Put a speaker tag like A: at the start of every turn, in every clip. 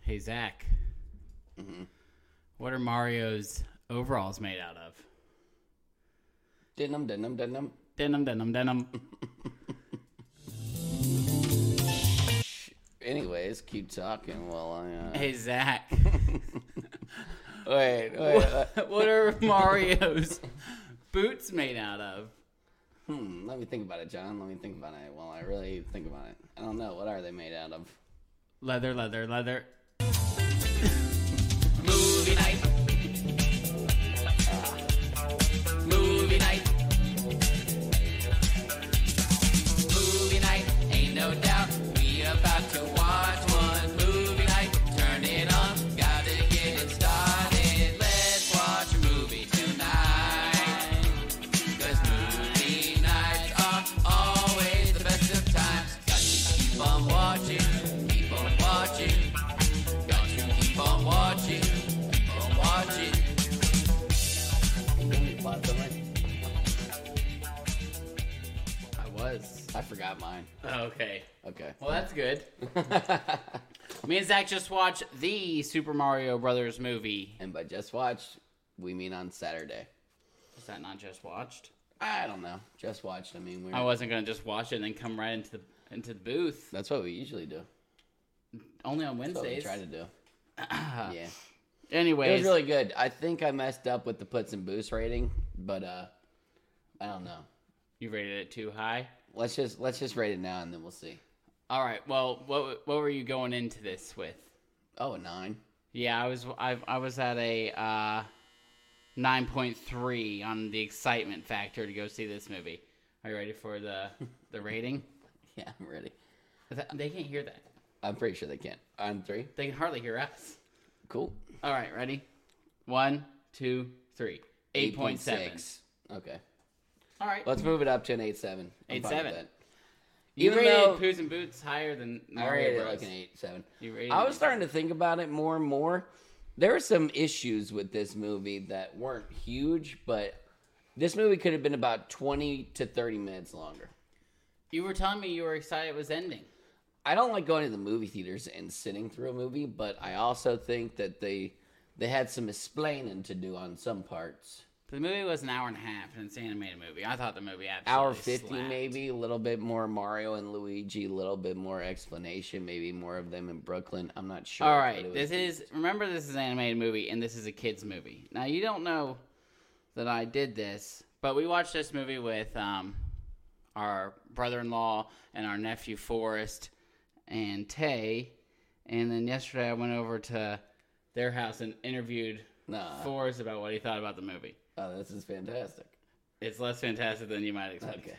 A: Hey Zach,
B: Mhm.
A: what are Mario's overalls made out of?
B: Denim, denim, denim.
A: Denim, denim, denim.
B: Anyways, keep talking while I. Uh...
A: Hey Zach,
B: Wait, wait. uh,
A: what are Mario's boots made out of?
B: hmm, let me think about it, John. Let me think about it while I really think about it. I don't know. What are they made out of?
A: Leather, leather, leather.
B: Movie night. Movie night. Movie night. Ain't no doubt. We about to watch one movie night. Turn it on. Gotta get it started. Let's watch a movie tonight. Cause movie nights are always the best of times. Got to keep on watching. Keep on watching. Got to keep on watching, keep on watching.
A: I was.
B: I forgot mine.
A: Okay.
B: Okay.
A: Well, that's good. Me and Zach just watched the Super Mario Brothers movie.
B: And by just watched, we mean on Saturday.
A: Was that not just watched?
B: I don't know. Just watched. I mean, we
A: I
B: are
A: wasn't gonna just watch it and then come right into the into the booth.
B: that's what we usually do.
A: Only on
B: That's what we
A: Wednesdays.
B: try to do. yeah. It
A: Anyways,
B: was really good. I think I messed up with the puts and boosts rating, but uh, I don't know.
A: you rated it too high.
B: Let's just let's just rate it now and then we'll see.
A: All right. Well, what what were you going into this with?
B: Oh, a nine.
A: Yeah, I was I I was at a uh, nine point three on the excitement factor to go see this movie. Are you ready for the the rating?
B: Yeah, I'm ready.
A: Is that- They can't hear that.
B: I'm pretty sure they can't. On three.
A: They can hardly hear us.
B: Cool.
A: All right, ready? One, two, three. Eight point seven.
B: Okay.
A: All right.
B: Let's move it up to an eight seven.
A: Eight seven. you
B: Even
A: rated
B: though
A: Poos and Boots higher than
B: I
A: Mario
B: rated it
A: Bros.
B: like an eight seven.
A: You rated
B: I
A: it
B: was starting to think about it more and more. There were some issues with this movie that weren't huge, but this movie could have been about twenty to thirty minutes longer.
A: You were telling me you were excited it was ending.
B: I don't like going to the movie theaters and sitting through a movie, but I also think that they they had some explaining to do on some parts.
A: The movie was an hour and a half, and it's an animated movie. I thought the movie absolutely
B: Hour fifty,
A: slapped.
B: maybe a little bit more Mario and Luigi, a little bit more explanation, maybe more of them in Brooklyn. I'm not sure.
A: All
B: but
A: right,
B: it
A: this
B: was-
A: is remember this is an animated movie and this is a kids movie. Now you don't know that I did this, but we watched this movie with um, our brother-in-law and our nephew Forrest and Tay, and then yesterday I went over to their house and interviewed
B: Nah.
A: Forrest about what he thought about the movie.
B: Oh, this is fantastic.
A: It's less fantastic than you might expect.
B: Okay.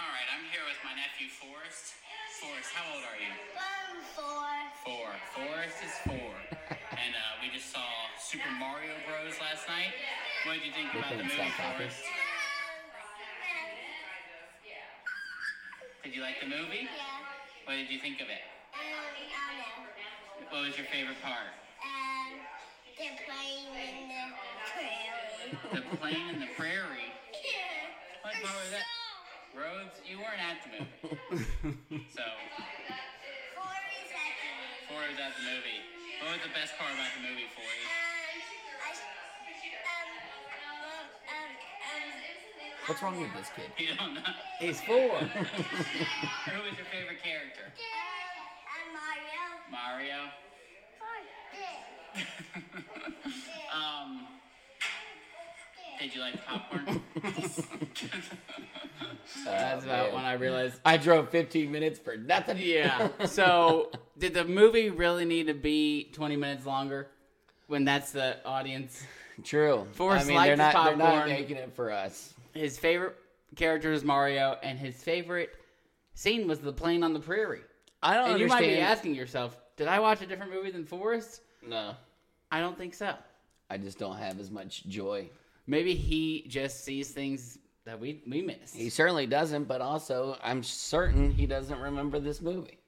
A: All right, I'm here with my nephew Forrest. Forrest, how old are you?
C: One, four.
A: Four. Forrest is four. and uh, we just saw Super Mario Bros. last night. What did you think about the
B: couldn't
A: movie,
B: stop laughing.
A: Forrest? Did you like the movie?
C: Yeah.
A: What did you think of it?
C: Um, I don't know.
A: What was your favorite part?
C: Um, they're playing in the prairie.
A: The plane and the prairie.
C: Yeah.
A: What part was that?
C: So,
A: Roads, you weren't at the movie. so,
C: four is like a-
A: Forrest was at the movie. What was the best part about the movie, Forrest?
C: um, I- um, um, um, um,
B: What's wrong with this kid?
A: You don't know.
B: He's four. Oh,
A: Who was your favorite character?
C: um, Mario.
A: Mario.
C: Four.
A: um, did you like popcorn? That's about when I realized.
B: I drove 15 minutes for nothing.
A: Yeah. So, did the movie really need to be 20 minutes longer when that's the audience?
B: True.
A: Forrest
B: I mean,
A: liked
B: they're not,
A: his
B: they're not
A: popcorn.
B: making it for us.
A: His favorite character is Mario, and his favorite scene was the plane on the prairie.
B: I don't
A: And you
B: understand.
A: might be asking yourself, did I watch a different movie than Forrest?
B: No,
A: I don't think so.
B: I just don't have as much joy.
A: Maybe he just sees things that we we miss.
B: He certainly doesn't, but also I'm certain he doesn't remember this movie.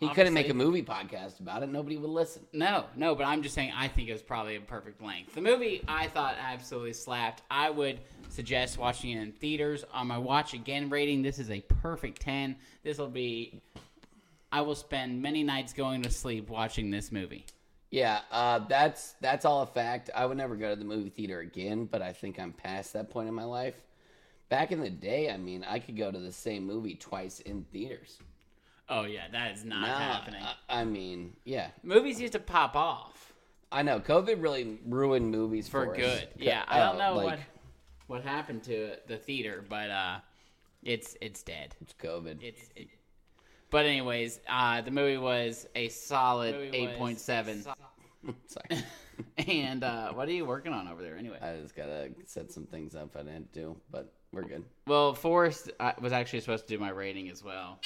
B: He couldn't make a
A: Obviously-
B: movie podcast about it. Nobody would listen.
A: No, no, but I'm just saying I think it was probably a perfect length. The movie I thought absolutely slapped. I would suggest watching it in theaters. On my watch again rating, this is a perfect 10. This will be I will spend many nights going to sleep watching this movie.
B: Yeah, uh, that's that's all a fact. I would never go to the movie theater again, but I think I'm past that point in my life. Back in the day, I mean, I could go to the same movie twice in theaters.
A: Oh yeah, that is not
B: Now,
A: happening.
B: I, I mean, yeah,
A: Movies used to pop off
B: I know. COVID really ruined movies
A: for
B: for, us.
A: good.
B: Co-
A: Yeah, I don't
B: uh,
A: know
B: like,
A: what what happened to it- the theater, but uh, it's it's dead.
B: It's COVID.
A: It's it, but anyways, uh, the movie was a solid
D: Movie
A: eight
D: was
A: point seven.
B: Sorry,
A: and uh, what are you working on over there anyway?
B: I just gotta set some things up I didn't do, but we're good.
A: Well, Forrest uh, was actually supposed to do my rating as well.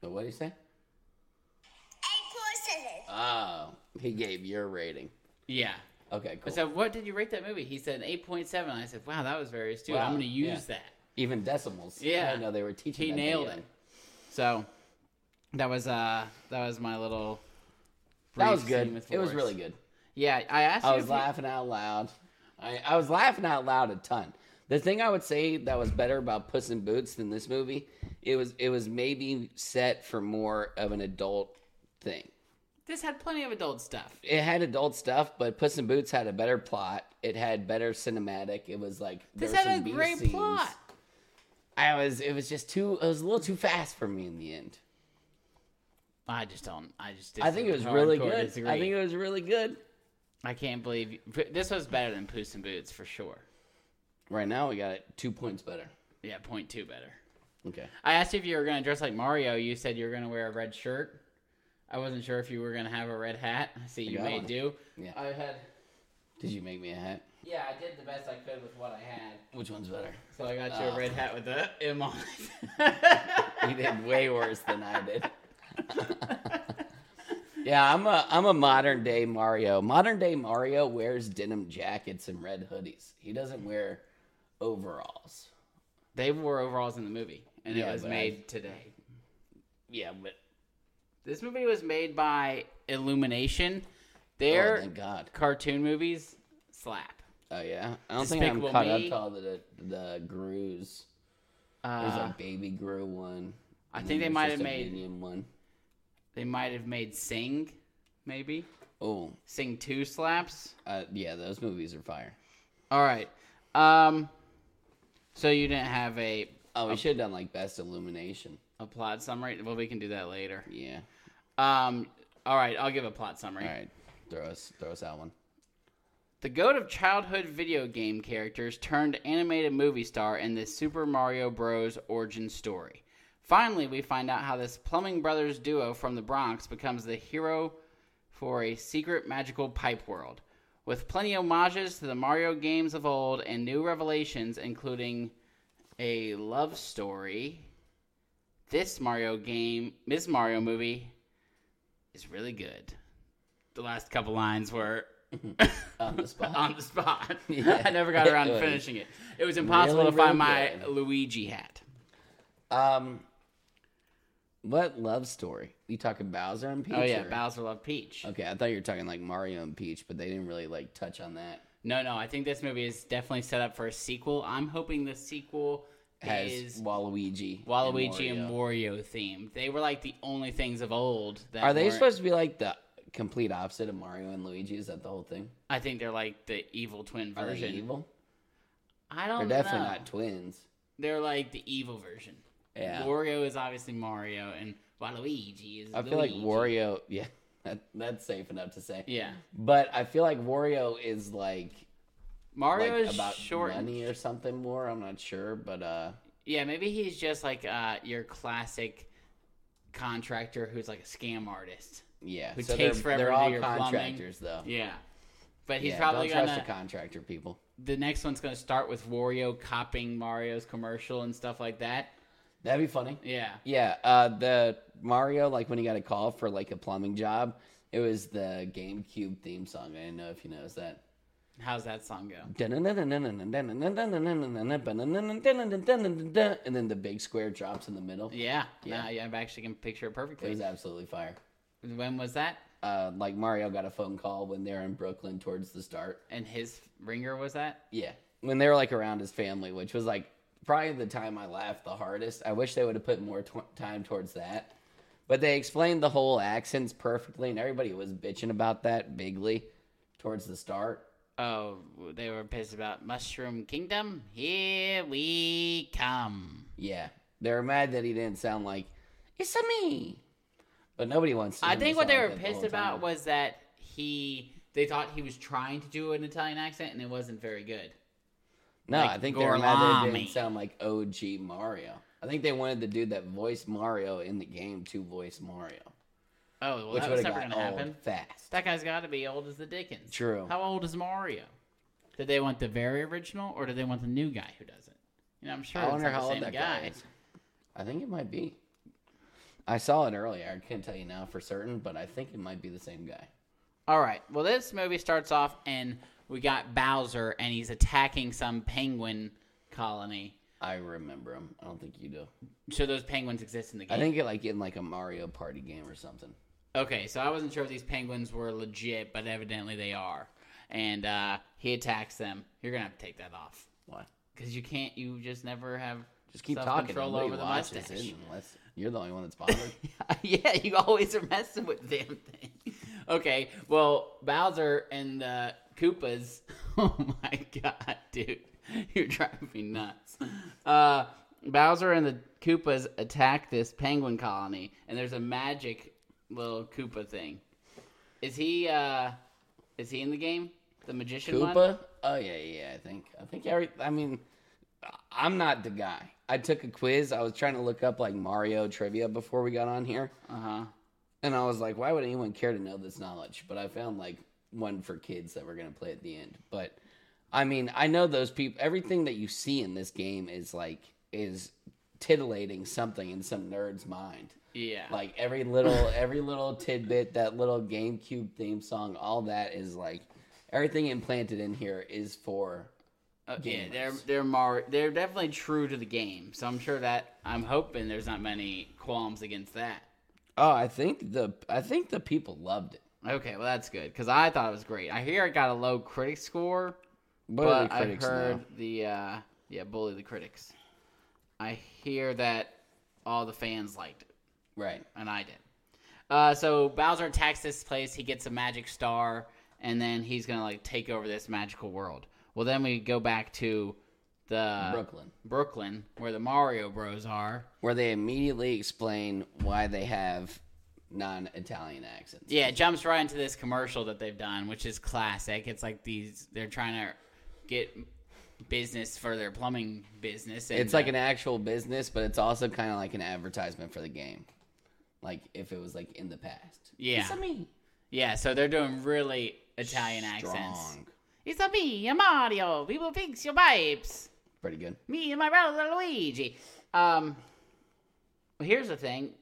B: So what do you say?
C: Eight point seven.
B: Oh, he gave your rating.
A: Yeah.
B: Okay,
A: I
B: cool.
A: said, "What did you rate that movie?" He said an eight point seven. I said, "Wow, that was very astute.
B: Wow,
A: I'm going to use
B: yeah.
A: that."
B: Even decimals.
A: Yeah.
B: I didn't know they were teaching.
A: He
B: that
A: nailed
B: video.
A: it. So that was uh that was my little.
B: That was
A: brief scene
B: good.
A: with
B: It was
A: Forrest.
B: really good.
A: Yeah, I asked.
B: I
A: you
B: was
A: if you-
B: laughing out loud. I, I was laughing out loud a ton. The thing I would say that was better about Puss in Boots than this movie, it was it was maybe set for more of an adult thing.
A: This had plenty of adult stuff.
B: It had adult stuff, but Puss in Boots had a better plot. It had better cinematic. It was like there
A: This
B: were
A: had
B: some
A: a
B: beef
A: great
B: scenes.
A: plot.
B: I was it was just too it was a little too fast for me in the end.
A: I just don't. I just.
B: I think it was
A: hardcore
B: really good.
A: disagree.
B: I think it was really good.
A: I can't believe you- this was better than Puss in Boots for sure.
B: Right now we got it two points better.
A: Yeah, point two better.
B: Okay.
A: I asked you if you were gonna dress like Mario. You said you were gonna wear a red shirt. I wasn't sure if you were gonna have a red hat. I see you
B: got
A: may
B: one.
A: do.
B: Yeah.
A: I had.
B: Did you make me a hat?
A: Yeah, I did the best I could with what I had. Uh,
B: Which one's better?
A: So I got you a
B: Oh.
A: red hat with the M on
B: You
A: it.
B: did way worse than I did. yeah, I'm a I'm a modern day Mario. Modern day Mario wears denim jackets and red hoodies. He doesn't wear overalls.
A: they wore overalls in the movie, and
B: Yeah,
A: it was
B: but I-
A: made today.
B: Yeah, but
A: This movie was made by Illumination.
B: oh,
A: Their
B: thank God.
A: cartoon movies slap.
B: Oh yeah, I don't think I'm
A: Despicable
B: caught
A: Me.
B: up to all the the Grews. There's
A: Uh,
B: a baby Gru one.
A: I think
B: and then
A: they
B: there's
A: might
B: just
A: have
B: a
A: made-
B: Minion one.
A: they might have made Sing, maybe
B: Oh,
A: Sing Two slaps.
B: uh, yeah, those movies are fire.
A: All right. Um. So you didn't have a
B: Oh, we should have done like best illumination.
A: a plot summary. Well, we can do that later.
B: Yeah.
A: Um. All right. I'll give a plot summary.
B: All right, throw us throw us out one.
A: The goat of childhood video game characters turned animated movie star in this Super Mario Bros. origin story. Finally, we find out how this plumbing brothers duo from the Bronx becomes the hero for a secret magical pipe world. With plenty homages to the Mario games of old and new revelations, including a love story, this Mario game, Miss Mario movie, is really good. The last couple lines were
B: On the spot.
A: on the spot.
B: Yeah.
A: I never got around to
B: It was
A: finishing it. It was impossible
B: really,
A: to find
B: really
A: my
B: good.
A: Luigi hat.
B: Um, what love story? You talking Bowser and Peach?
A: Oh yeah,
B: or-
A: Bowser loved Peach.
B: Okay, I thought you were talking like Mario and Peach, but they didn't really like touch on that.
A: No, no, I think this movie is definitely set up for a sequel. I'm hoping the sequel
B: Has
A: is
B: Waluigi? and
A: Waluigi and
B: Wario.
A: Wario themed. They were like the only things of old that
B: Are they
A: weren't-
B: supposed to be like the complete opposite of Mario and Luigi? Is that the whole thing?
A: I think they're like the evil twin
B: Are
A: version.
B: they evil?
A: I
B: They're
A: don't
B: definitely
A: know.
B: not twins.
A: They're like the evil version.
B: Yeah,
A: Wario is obviously Mario, and Waluigi is.
B: I feel like
A: Luigi.
B: Wario. Yeah, that, that's safe enough to say.
A: Yeah,
B: But I feel like Wario is like
A: Mario
B: like
A: is
B: about
A: short and
B: money or something more. I'm not sure, but uh,
A: Yeah, maybe he's just like uh, your classic contractor who's like a scam artist.
B: yeah.
A: Who
B: so
A: takes
B: they're,
A: forever
B: they're
A: to do
B: all
A: your plumbing.
B: contractors though.
A: Yeah. But he's
B: Yeah,
A: probably
B: don't
A: gonna
B: trust the contractor people.
A: the next one's gonna start with Wario copying Mario's commercial and stuff like that.
B: That'd be funny.
A: Yeah.
B: Yeah, uh, the Mario like when he got a call for like a plumbing job, it was the GameCube theme song. I don't know if you noticed that.
A: How's that song go?
B: And then the big square drops in the middle.
A: Yeah.
B: Yeah.
A: Yeah, yeah, I actually can picture it
B: It was
A: perfectly.
B: absolutely fire.
A: When was that?
B: Uh, like Mario got a phone call when they were in Brooklyn towards the start.
A: And his ringer was that?
B: Yeah. When they were like around his family, which was like probably the time I laughed the hardest. I wish they would have put more t- time towards that. But they explained the whole accents perfectly, and everybody was bitching about that bigly towards the start.
A: Oh, they were pissed about Mushroom Kingdom. Here we come.
B: Yeah, they were mad that he didn't sound like it's a me. But nobody wants. To
A: I
B: hear me
A: think what they
B: sound
A: were
B: like that the
A: pissed
B: whole time.
A: about was that he they thought he was trying to do an Italian accent and it wasn't very good.
B: no.
A: like,
B: I think they were mad that it
A: Gorlami.
B: didn't sound like OG Mario. I think they wanted the dude that voiced Mario in the game to voice Mario,
A: Oh, well,
B: which
A: that
B: would
A: was
B: have
A: never
B: gotten
A: gonna
B: old
A: happen.
B: fast.
A: That guy's got to be old as the Dickens.
B: True.
A: How old is Mario? Did they want the very original or did they want the new guy who does it? You know, I'm sure
B: I
A: it's not
B: wonder how
A: the
B: old
A: same
B: that guy
A: guy.
B: is. I think it might be. I saw it earlier. I couldn't tell you now for certain, but I think it might be the same guy.
A: All right. Well, this movie starts off and we got Bowser and he's attacking some penguin colony.
B: I remember him. I don't think you do.
A: So those penguins exist in the game.
B: I think it like in like a Mario Party game or something.
A: Okay, so I wasn't sure if these penguins were legit, but evidently they are. And uh, he attacks them. You're gonna have to take that off
B: Why?
A: because you can't. You just never have
B: Just keep talking.
A: self-control
B: Nobody
A: over the
B: watches
A: mustache.
B: it unless you're the only one that's bothered.
A: yeah, you always are messing with the damn thing. Okay, well Bowser and the Koopas. Oh my god, dude, you're driving me nuts. Uh, Bowser and the Koopas attack this penguin colony, and there's a magic little Koopa thing. Is he? uh Is he in the game? The magician one.
B: Koopa? Oh yeah, yeah. I think. I think every. I mean, I'm not the guy. I took a quiz. I was trying to look up like Mario trivia before we got on here,
A: Uh huh.
B: and I was like, why would anyone care to know this knowledge? But I found like one for kids that we're gonna play at the end. But I mean, I know those people. Everything that you see in this game is like is titillating something in some nerd's mind.
A: Yeah.
B: Like every little every little tidbit, that little GameCube theme song, all that is like everything implanted in here is for
A: Uh, yeah,
B: gamers.
A: they're they're mar- they're definitely true to the game. So I'm sure that I'm hoping there's not many qualms against that.
B: Oh, I think the I think the people loved it.
A: Okay, well that's good because I thought it was great. I hear it got a low critic score,
B: What are the
A: but I
B: critics now?
A: heard the uh, yeah bully the critics. I hear that all the fans liked it,
B: Right.
A: and I did. Uh, so Bowser attacks this place. He gets a magic star, and then he's gonna like take over this magical world. Well, then we go back to the
B: Brooklyn.
A: Brooklyn, where the Mario Bros are.
B: Where they immediately explain why they have non Italian accents.
A: Yeah, it jumps right into this commercial that they've done, which is classic. It's like these they're trying to get business for their plumbing business. And, uh,
B: It's like an actual business, but it's also kinda like an advertisement for the game. Like if it was like in the past.
A: Yeah.
B: It's me.
A: yeah, so they're doing really Italian accents.
B: Strong.
A: It's a me, a Mario. We will fix your pipes.
B: Pretty good.
A: Me and my brother Luigi. Um, here's the thing.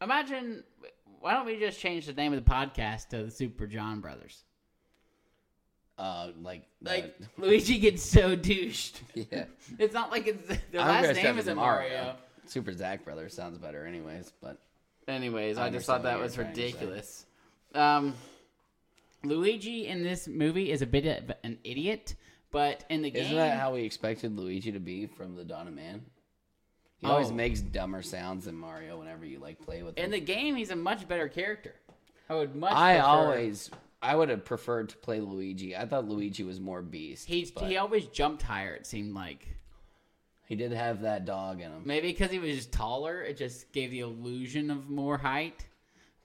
A: Imagine why don't we just change the name of the podcast to the Super John Brothers?
B: Uh like
A: Like
B: the-
A: Luigi gets so douched.
B: Yeah.
A: It's not like it's their
B: I'm
A: last
B: gonna step
A: name isn't
B: into
A: Mario.
B: Super Zach Brothers sounds better, anyways. But
A: Anyways, I,
B: I
A: just thought
B: understand
A: that
B: what
A: was
B: you're trying to say.
A: ridiculous. Um, Luigi in this movie is a bit of an idiot, but in the game,
B: isn't that how we expected Luigi to be from the Dawn of Man? He always
A: Oh.
B: makes dumber sounds than Mario whenever you like play with
A: in
B: him.
A: the game he's a much better character. I would much.
B: I
A: prefer-
B: always, I would have preferred to play Luigi. I thought Luigi was more beast.
A: he
B: but
A: he always jumped higher. It seemed like
B: he did have that dog in him.
A: maybe because he was just taller, it just gave the illusion of more height.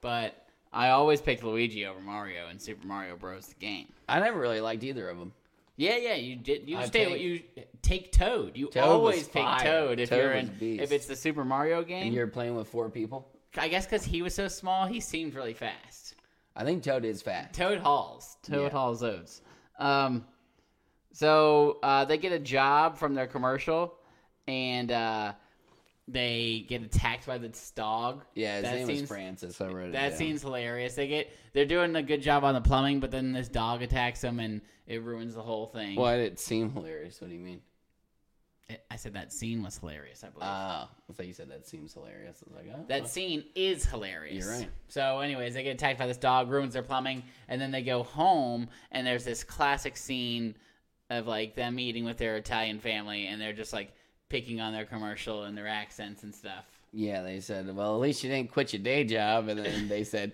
A: But I always picked Luigi over Mario in Super Mario Bros. The game.
B: I never really liked either of them.
A: Yeah, yeah, you did. You
B: I
A: stay.
B: take-
A: you take Toad. You
B: Toad was
A: always take
B: fire.
A: Toad if
B: Toad
A: you're
B: was
A: in.
B: beast.
A: If it's the Super Mario game,
B: And you're playing with four people.
A: I guess because he was so small, he seemed really fast.
B: I think Toad is fat.
A: Toad hauls. Toad
B: Yeah.
A: hauls oats. Um, so uh, they get a job from their commercial, and uh, they get attacked by this dog.
B: Yeah, his
A: That
B: name
A: seems-
B: was Francis. I wrote it.
A: That
B: down.
A: seems hilarious. They get they're doing a good job on the plumbing, but then this dog attacks them and it ruins the whole thing.
B: Why did it seem hilarious? What do you mean?
A: I said that scene was hilarious. I believe.
B: Ah, I thought you said that seems hilarious. I was like, oh,
A: That scene is hilarious.
B: You're right.
A: So, anyways, they get attacked by this dog, ruins their plumbing, and then they go home, and there's this classic scene of like them eating with their Italian family, and they're just like picking on their commercial and their accents and stuff.
B: Yeah, they said, well, at least you didn't quit your day job. And then they said,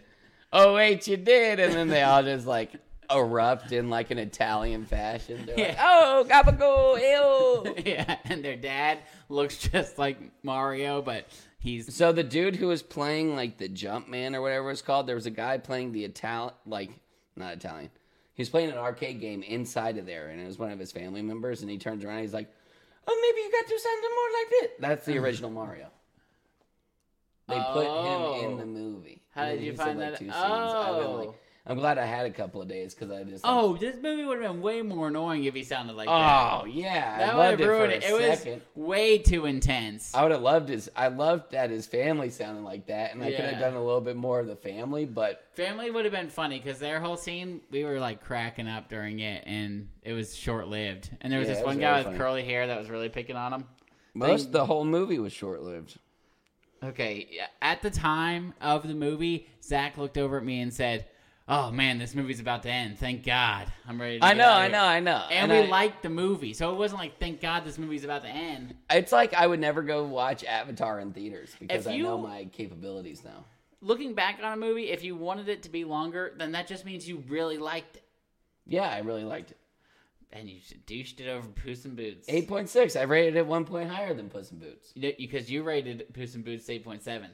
B: oh, wait, you did. And then they all just like erupt in like an Italian fashion. They're like,
A: Yeah.
B: oh, gabago, ew.
A: yeah, and their dad looks just like Mario, but he's
B: so the dude who was playing like the jump man or whatever it's called, there was a guy playing the Italian, like, not Italian. He was playing an arcade game inside of there. And it was one of his family members. And he turns around and he's like, oh, maybe you got to do something more like this. That's the original Mario. They put him in
A: Oh.
B: the movie.
A: How
B: And
A: did
B: then
A: you
B: he
A: find that-
B: I've been like,
A: Oh.
B: I'm glad I had a couple of days because I just. like,
A: oh, this movie would have been way more annoying if he sounded like that.
B: oh yeah,
A: That
B: I
A: would have
B: loved it
A: ruined
B: for
A: it.
B: a
A: It was
B: second.
A: way too intense.
B: I would have loved his. I loved that his family sounded like that, and I could
A: Yeah.
B: have done a little bit more of the family, but
A: Family would have been funny because their whole scene, we were like cracking up during it, and it was short lived. And there was
B: Yeah,
A: this
B: it was
A: one
B: really
A: guy with
B: funny.
A: curly hair that was really picking on him.
B: most the whole movie was short lived.
A: Okay, yeah, at the time of the movie, Zach looked over at me and said, "Oh man, this movie's about to end. Thank God, I'm ready." To
B: I
A: get
B: know,
A: out of
B: I
A: here."
B: know, I know.
A: And, we
B: I-
A: liked the movie, so it wasn't like, "Thank God, this movie's about to end."
B: It's like I would never go watch Avatar in theaters because I
A: you-
B: know my capabilities now.
A: Looking back on a movie, if you wanted it to be longer, then that just means you really liked it,
B: Yeah, I really liked it.
A: and you should douched it over Puss in Boots.
B: Eight point six. I rated it one point higher than Puss in Boots.
A: because you rated Puss in Boots eight point seven.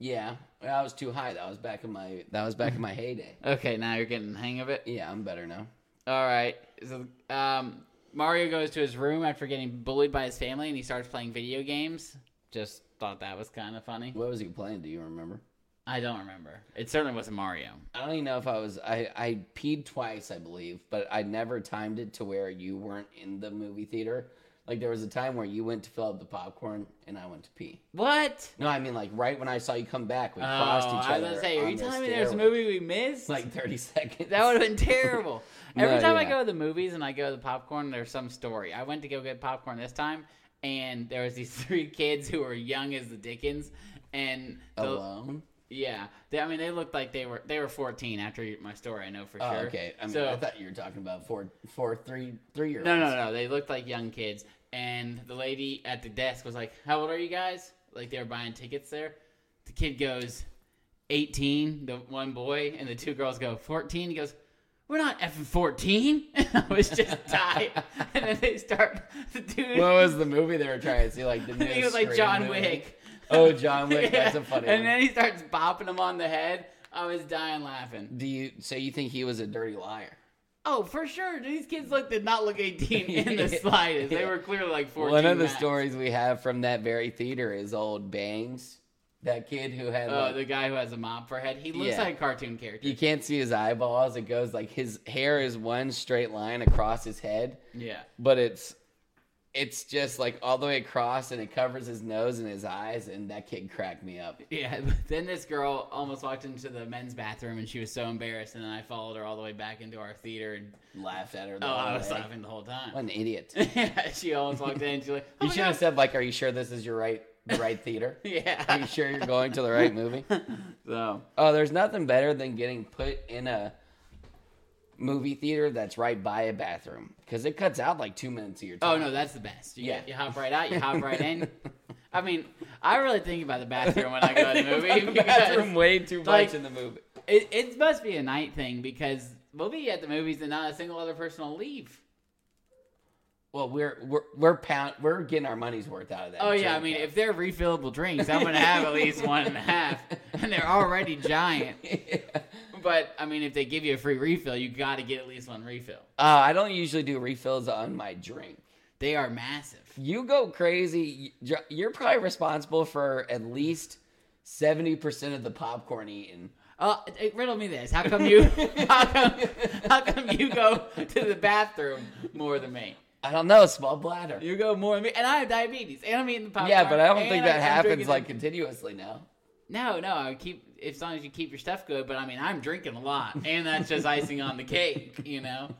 B: Yeah, that was too high. That was back in my that was back in my heyday.
A: Okay, now you're getting the hang of it.
B: Yeah, I'm better now.
A: All right. So, um, Mario goes to his room after getting bullied by his family, and he starts playing video games. Just thought that was kind of funny.
B: What was he playing? Do you remember?
A: I don't remember. It certainly wasn't Mario.
B: I don't even know if I was. I I peed twice, I believe, but I never timed it to where you weren't in the movie theater. Like there was a time where you went to fill up the popcorn and I went to pee.
A: What?
B: No, I mean like right when I saw you come back, we
A: Oh,
B: crossed each other.
A: I was gonna say, are
B: on
A: you
B: the
A: telling me there's a
B: stairway.
A: movie we missed?
B: Like thirty seconds.
A: that would have been terrible.
B: No,
A: Every time I
B: yeah.
A: go to the movies and I go to the popcorn, there's some story. I went to go get popcorn this time, and there was these three kids who were young as the Dickens, and
B: Oh,
A: the,
B: alone.
A: Yeah, they, I mean, they looked like they were they were fourteen after you- my story. I know for
B: Oh,
A: sure.
B: okay. I mean,
A: so
B: I thought you were talking about four, four, three, three year olds.
A: no, no, no. They looked like young kids, and the lady at the desk was like, "How old are you guys?" Like they were buying tickets there. The kid goes, 18, The one boy and the two girls go, 14. He goes, "We're not effing 14. And I was just dying. and then they start the dude.
B: What was the movie they were trying to see? Like the
A: I
B: new
A: think it was like
B: Scream
A: John
B: movie?
A: Wick.
B: Oh, John Wick. That's a
A: Yeah.
B: funny
A: And
B: one.
A: then he starts bopping him on the head. I was dying laughing.
B: Do you so you think he was a dirty liar?
A: Oh, for sure. These kids look did not look 18 in the slightest. They were clearly like 14.
B: One of the
A: max.
B: stories we have from that very theater is old Bangs, that kid who had
A: Oh,
B: like,
A: the guy who has a mop for a head. He looks
B: Yeah.
A: like a cartoon character.
B: you can't see his eyeballs. It goes like his hair is one straight line across his head,
A: Yeah.
B: but it's it's just like all the way across, and it covers his nose and his eyes. And that kid cracked me up.
A: Yeah. But then this girl almost walked into the men's bathroom and she was so embarrassed. And then I followed her all the way back into our theater. And,
B: Laughed at her. The
A: oh,
B: whole
A: I was
B: way.
A: laughing the whole
B: What
A: time.
B: an idiot!
A: yeah. She almost walked in. She's like, oh
B: You
A: my
B: should have
A: God.
B: said like, "Are you sure this is your right the right theater? Are
A: Yeah.
B: you sure you're going to the right movie?"
A: So,
B: Oh, there's nothing better than getting put in a movie theater that's right by a bathroom because it cuts out like two minutes of your
A: oh,
B: time.
A: no, that's the best. You,
B: Yeah.
A: you hop right out, you hop right in. I mean, I really think about the bathroom when I go to the movie. because-
B: bathroom way too much
A: like-
B: in the movie.
A: It, it must be a night thing because we'll be at the movies and not a single other person will leave.
B: Well, we're we're we're pound we're getting our money's worth out of that.
A: Oh yeah, I
B: drink
A: mean
B: cup.
A: if they're refillable drinks, I'm gonna have at least one and a half, and they're already giant. But I mean, if they give you a free refill, you got to get at least one refill.
B: uh, I don't usually do refills on my drink.
A: They are massive.
B: You go crazy. You're- You're probably responsible for at least seventy percent of the popcorn eaten.
A: Uh, eh, riddle me this: How come you? How come? How come you go to the bathroom more than me?
B: I don't know, small bladder.
A: You go more than me, and I have diabetes, and I'm eating the popcorn.
B: Yeah, but I don't think
A: and
B: that
A: I'm
B: happens
A: drinking
B: like
A: the-
B: continuously now.
A: No, no. I would keep as long as you keep your stuff good. But I mean, I'm drinking a lot, and that's just icing on the cake, you know.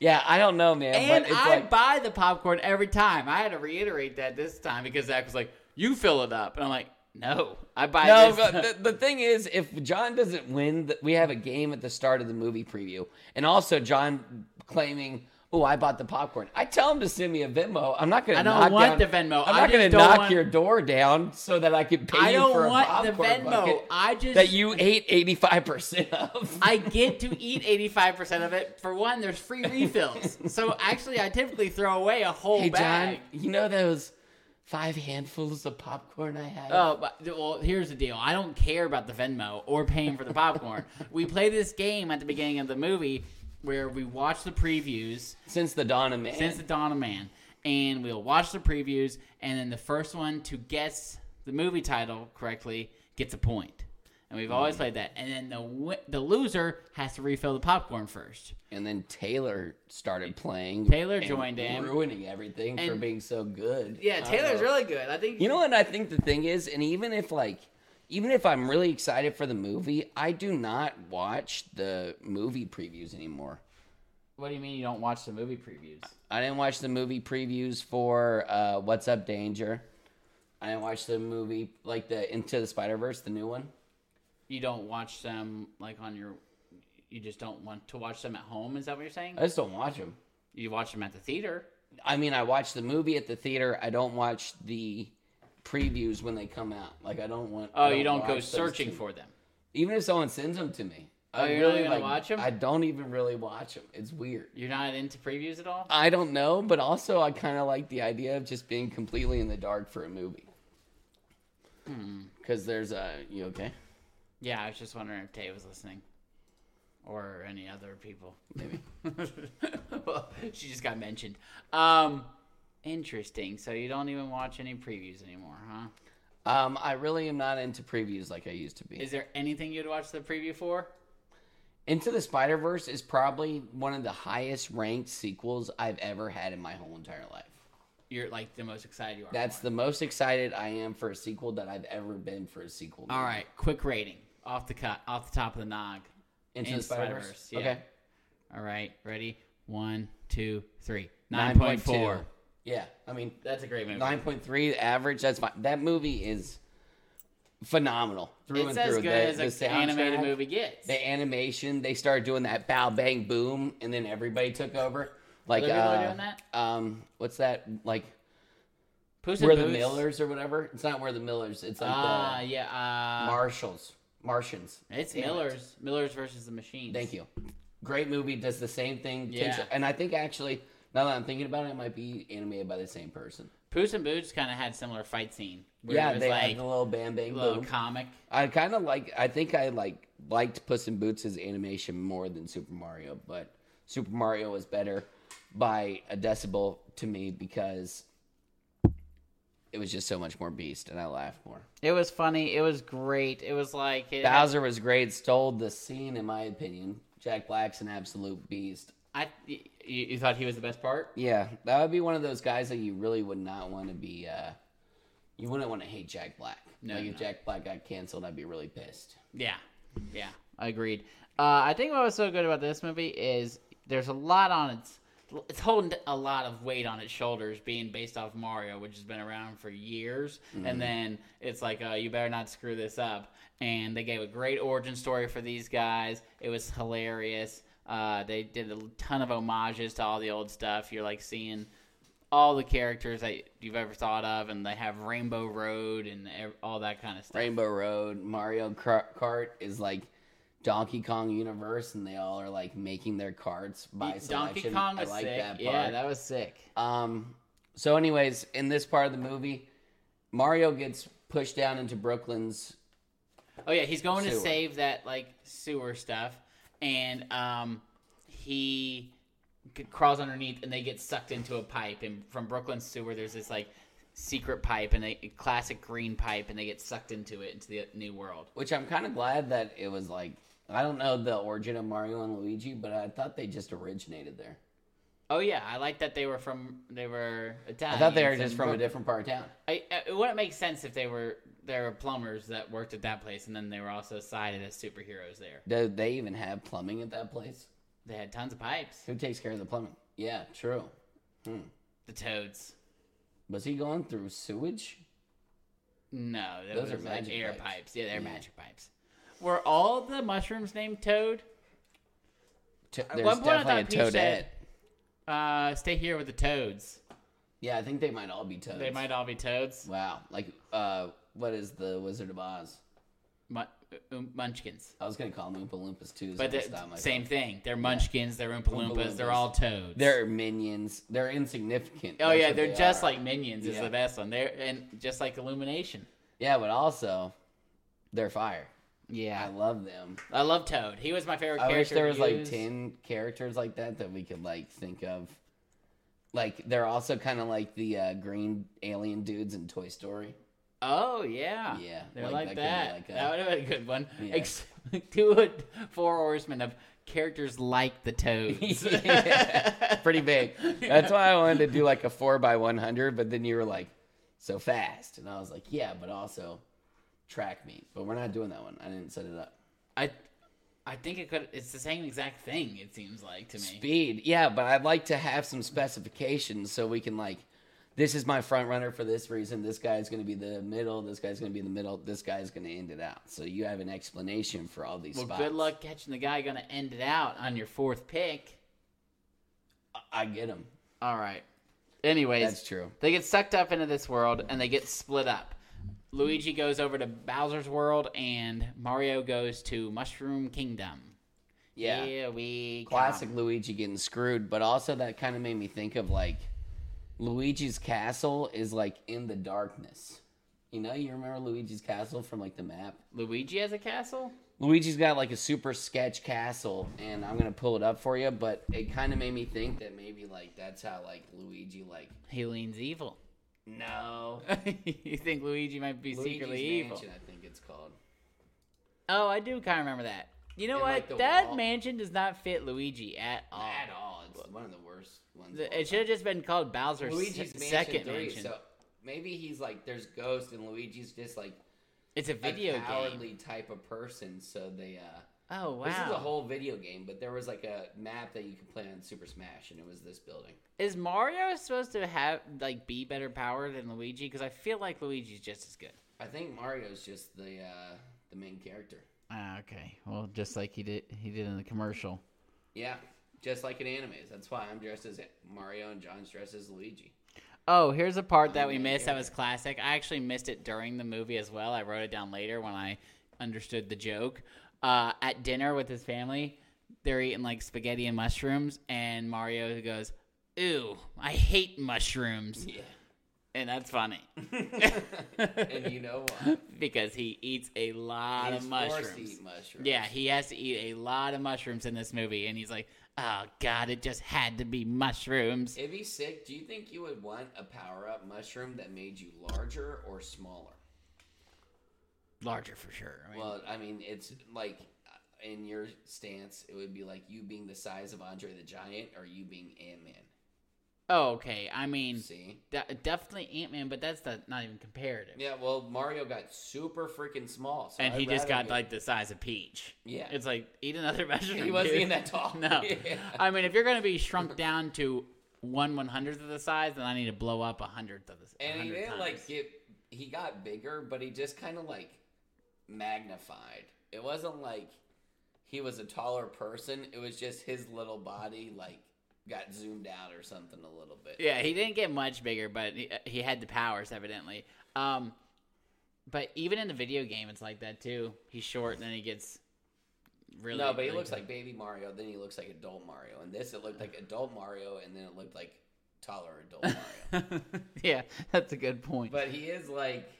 B: Yeah, I don't know, man.
A: And
B: but it's
A: I
B: like,
A: buy the popcorn every time. I had to reiterate that this time because Zach was like, "You fill it up," and I'm like, "No, I buy
B: No,
A: this."
B: but the, the thing is, if John doesn't win, th- we have a game at the start of the movie preview, and also John claiming, oh, I bought the popcorn. I tell them to send me a Venmo. I'm not gonna.
A: I don't
B: knock
A: want
B: down-
A: the Venmo.
B: I'm
A: I
B: not gonna
A: just don't
B: knock
A: want-
B: your door down so that I can pay
A: I
B: you for
A: don't
B: a
A: want the
B: popcorn
A: Venmo.
B: bucket
A: I just
B: that you ate 85 percent of.
A: I get to eat 85% of it. For one, there's free refills. So actually, I typically throw away a whole
B: hey
A: bag.
B: John, you know those five handfuls of popcorn I had?
A: Oh, but, well, here's the deal. I don't care about the Venmo or paying for the popcorn. we play this game at the beginning of the movie where we watch the previews
B: since the dawn of man.
A: since the dawn of man, and we'll watch the previews, and then the first one to guess the movie title correctly gets a point. And we've always played that. And then the wi- the loser has to refill the popcorn first.
B: and then Taylor started playing.
A: Taylor
B: and
A: joined in.
B: ruining everything for
A: And-
B: being so good. I
A: Yeah,
B: don't
A: Taylor's
B: know.
A: really good. I think
B: You know what I think the thing is, and even if like, even if I'm really excited for the movie, I do not watch the movie previews anymore.
A: What do you mean you don't watch the movie previews?
B: I didn't watch the movie previews for uh, What's Up Danger. I didn't watch the movie like the Into the Spider Verse, the new one.
A: You don't watch them like on your. You just don't want to watch them at home. Is that what you're saying?
B: I just don't watch them.
A: You watch them at the theater.
B: I mean, I watch the movie at the theater. I don't watch the previews when they come out. Like I don't want.
A: Oh,
B: I
A: you don't go
B: watch those
A: searching
B: two-
A: for them.
B: Even if someone sends them to me,
A: Oh, you're not gonna watch 'em?
B: I don't even really watch them. It's weird.
A: You're not into previews at all.
B: I don't know, but also I kind of like the idea of just being completely in the dark for a movie.
A: Hmm.
B: Because there's a you okay?
A: Yeah, I was just wondering if Tay was listening, or any other people.
B: Maybe.
A: well, she just got mentioned. Um, interesting. So you don't even watch any previews anymore, huh?
B: Um, I really am not into previews like I used to be.
A: Is there anything you'd watch the preview for?
B: into the Spider Verse is probably one of the highest ranked sequels I've ever had in my whole entire life.
A: You're like the most excited you are.
B: That's
A: for.
B: the most excited I am for a sequel that I've ever been for a sequel.
A: all right. Quick rating off the cut, off the top of the nog.
B: Into
A: In
B: the Spider Verse.
A: Spider-Verse, yeah.
B: Okay.
A: All right, ready? One, two, three.
B: 9.2.
A: 9.4.
B: Yeah. I mean,
A: That's a great movie.
B: nine point three average. That's fine. That movie is phenomenal through
A: it's
B: and
A: as
B: through.
A: good
B: The-
A: as
B: the
A: an animated
B: soundtrack,
A: movie gets.
B: The animation. They started doing that bow bang boom, and then everybody took over. Like
A: Other people
B: uh,
A: are doing that?
B: um, what's that like?
A: Puss in
B: We're the
A: Boots.
B: Millers or whatever. It's not We're the Millers. It's like
A: Ah,
B: the
A: yeah. Uh,
B: Marshals, Martians.
A: it's
B: Damn it.
A: Miller's. Miller's versus the Machines.
B: Thank you. Great movie. Does the same thing. takes-
A: Yeah.
B: and I think actually, now that I'm thinking about it, it might be animated by the same person.
A: Puss in Boots kind of had similar fight scene. Where it
B: yeah,
A: was
B: they
A: like
B: had the little bam
A: a
B: bang
A: little
B: boom.
A: comic.
B: I kind of like. I think I like liked Puss in Boots' animation more than Super Mario, but Super Mario was better by a decibel to me because it was just so much more beast, and I laughed more.
A: It was funny. It was great. It was like it,
B: Bowser was great. Stole the scene, in my opinion. Jack Black's an absolute beast.
A: I, you, you thought he was the best part.
B: Yeah, that would be one of those guys that you really would not want to be. Uh, you wouldn't want to hate Jack Black.
A: No,
B: like if
A: no.
B: Jack Black got canceled, I'd be really pissed.
A: Yeah, yeah, agreed. Uh, I think what was so good about this movie is there's a lot on its it's holding a lot of weight on its shoulders, being based off Mario, which has been around for years. And then it's like, uh, you better not screw this up. And they gave a great origin story for these guys. It was hilarious. Uh, they did a ton of homages to all the old stuff. You're like seeing all the characters that you've ever thought of, and they have Rainbow Road and ev- all that kind of stuff.
B: Rainbow Road, Mario Kar- Kart is like Donkey Kong universe, and they all are like making their carts by
A: Donkey
B: selection.
A: Kong
B: I
A: was
B: like
A: sick.
B: that part.
A: Yeah, that was sick.
B: Um, so, anyways, in this part of the movie, Mario gets pushed down into Brooklyn's.
A: Oh yeah, he's going to
B: Sewer.
A: save that like sewer stuff, and um, he c- crawls underneath, and they get sucked into a pipe. And from Brooklyn sewer, there's this like secret pipe and a classic green pipe, and they get sucked into it into the new world.
B: Which I'm kind of glad that it was like I don't know the origin of Mario and Luigi, but I thought they just originated there.
A: Oh yeah, I like that they were from they were Italian.
B: I thought they were just from a different part of town.
A: I, I- it wouldn't make sense if they were there were plumbers that worked at that place, and then they were also cited as superheroes there.
B: Do they even have plumbing at that place?
A: They had tons of pipes.
B: Who takes care of the plumbing? Yeah, true.
A: The toads.
B: Was he going through sewage?
A: No,
B: Those
A: those
B: are
A: are like
B: magic
A: air
B: pipes.
A: pipes. Yeah, they're
B: Yeah.
A: magic pipes. Were all the mushrooms named Toad?
B: To-
A: At
B: There's
A: one point I
B: definitely a
A: thought Peach
B: toadette.
A: said- Uh, stay here with the toads.
B: Yeah, I think they might all be toads.
A: They might all be toads.
B: Wow. Like, uh, what is the Wizard of Oz?
A: Mu- um, munchkins.
B: I was gonna call them Oompa Loompas too. so
A: But
B: I
A: the,
B: stopped myself.
A: same thing. They're munchkins. They're Oompa
B: Oompa
A: Loompas. They're
B: Loompas.
A: all toads.
B: They're minions. They're insignificant.
A: oh
B: That's
A: yeah,
B: what
A: they're
B: they
A: just
B: are.
A: like minions. Is
B: Yeah.
A: the best one. They're and just like Illumination.
B: Yeah, but also, they're fire. I
A: Yeah,
B: love them.
A: I love Toad. He was my favorite
B: I
A: character.
B: wish there
A: to
B: was like
A: use.
B: ten characters like that that we could like think of. Like they're also kind of like the uh, green alien dudes in Toy Story.
A: Oh yeah,
B: Yeah,
A: They're
B: like
A: like, that.
B: that could be like a-
A: that would have been a good one.
B: Yeah.
A: Ex- Two hood- four horsemen of characters like the Toads.
B: Yeah, Pretty big. That's why I wanted to do like a four by one hundred, but then you were like, so fast, and I was like, yeah, but also track me. But we're not doing that one. I didn't set it up.
A: I, I think it could. It's the same exact thing. It seems like to me.
B: Speed, yeah, but I'd like to have some specifications so we can like, this is my front runner for this reason. This guy's going to be the middle. This guy's going to be the middle. This guy's going to end it out. So you have an explanation for all these
A: well,
B: spots.
A: good luck catching the guy going to end it out on your fourth pick.
B: I I get them.
A: All right. Anyways,
B: That's true.
A: They get sucked up into this world and they get split up. Luigi goes over to Bowser's world and Mario goes to Mushroom Kingdom.
B: Yeah.
A: Here we
B: Classic
A: come.
B: Luigi getting screwed, but also that kind of made me think of like Luigi's castle is like in the darkness. You know, you remember Luigi's castle from like the map?
A: Luigi has a castle?
B: Luigi's got like a super sketch castle, and I'm gonna pull it up for you. But it kind of made me think that maybe like that's how like Luigi like
A: He leans evil.
B: no
A: you think Luigi might be
B: Luigi's
A: secretly evil?
B: Mansion, I think it's called.
A: Oh, I do kind of remember that. You know
B: And,
A: what?
B: like, the
A: that
B: wall.
A: mansion does not fit Luigi at all.
B: At all, it's one of the worst ones. of all
A: It should have
B: time.
A: just been called Bowser's
B: Luigi's
A: se-
B: Mansion
A: second
B: 3,
A: mansion.
B: So maybe he's like there's ghosts, and Luigi's just like
A: it's a video
B: a
A: game.
B: cowardly type of person. So they uh
A: Oh wow!
B: this is a whole video game, but there was like a map that you could play on Super Smash, and it was this building.
A: Is Mario supposed to have like be better power than Luigi? Because I feel like Luigi's just as good.
B: I think Mario's just the uh the main character.
A: Ah, okay. Well, just like he did, he did in the commercial.
B: Yeah, just like in animes. That's why I'm dressed as Mario and John's dressed as Luigi.
A: Oh, here's a part that
B: Oh,
A: we
B: yeah,
A: missed. That
B: yeah.
A: was classic. I actually missed it during the movie as well. I wrote it down later when I understood the joke. Uh, at dinner with his family, they're eating like spaghetti and mushrooms, and Mario goes, "Ooh, I hate mushrooms,"
B: Yeah.
A: and that's funny
B: and you know what?
A: because he eats a lot
B: He's
A: of
B: forced to
A: mushrooms.
B: eat mushrooms.
A: Yeah, he has to eat a lot of mushrooms in this movie, and he's like, "Oh God, it just had to be mushrooms."
B: It'd be sick. Do you think you would want a power up mushroom that made you larger or smaller?
A: Larger for sure. I mean,
B: Well, I mean, it's like in your stance, it would be like you being the size of Andre the Giant or you being Ant Man.
A: oh, okay. I mean,
B: See?
A: de- definitely Ant Man, but that's the, not even comparative.
B: Yeah, well, Mario got super freaking small. So
A: and
B: I'd
A: he just got
B: rather
A: like the size of Peach.
B: Yeah.
A: it's like eat another mushroom.
B: He wasn't
A: dude.
B: even that tall.
A: No,
B: Yeah.
A: I mean, if you're gonna be shrunk down to one one hundredth of the size, then I need to blow up a hundredth of the. a
B: And he
A: hundred
B: didn't
A: times.
B: like get. He got bigger, but he just kind of like magnified. It wasn't like he was a taller person. It was just his little body like got zoomed out or something a little bit.
A: Yeah, he didn't get much bigger, but he, uh, he had the powers evidently. Um, but even in the video game, it's like that too. He's short, and then he gets really.
B: no, but he
A: really
B: looks
A: tall.
B: like baby Mario. Then he looks like adult Mario. And this, it looked like adult Mario, and then it looked like taller adult Mario.
A: yeah, that's a good point.
B: but he is like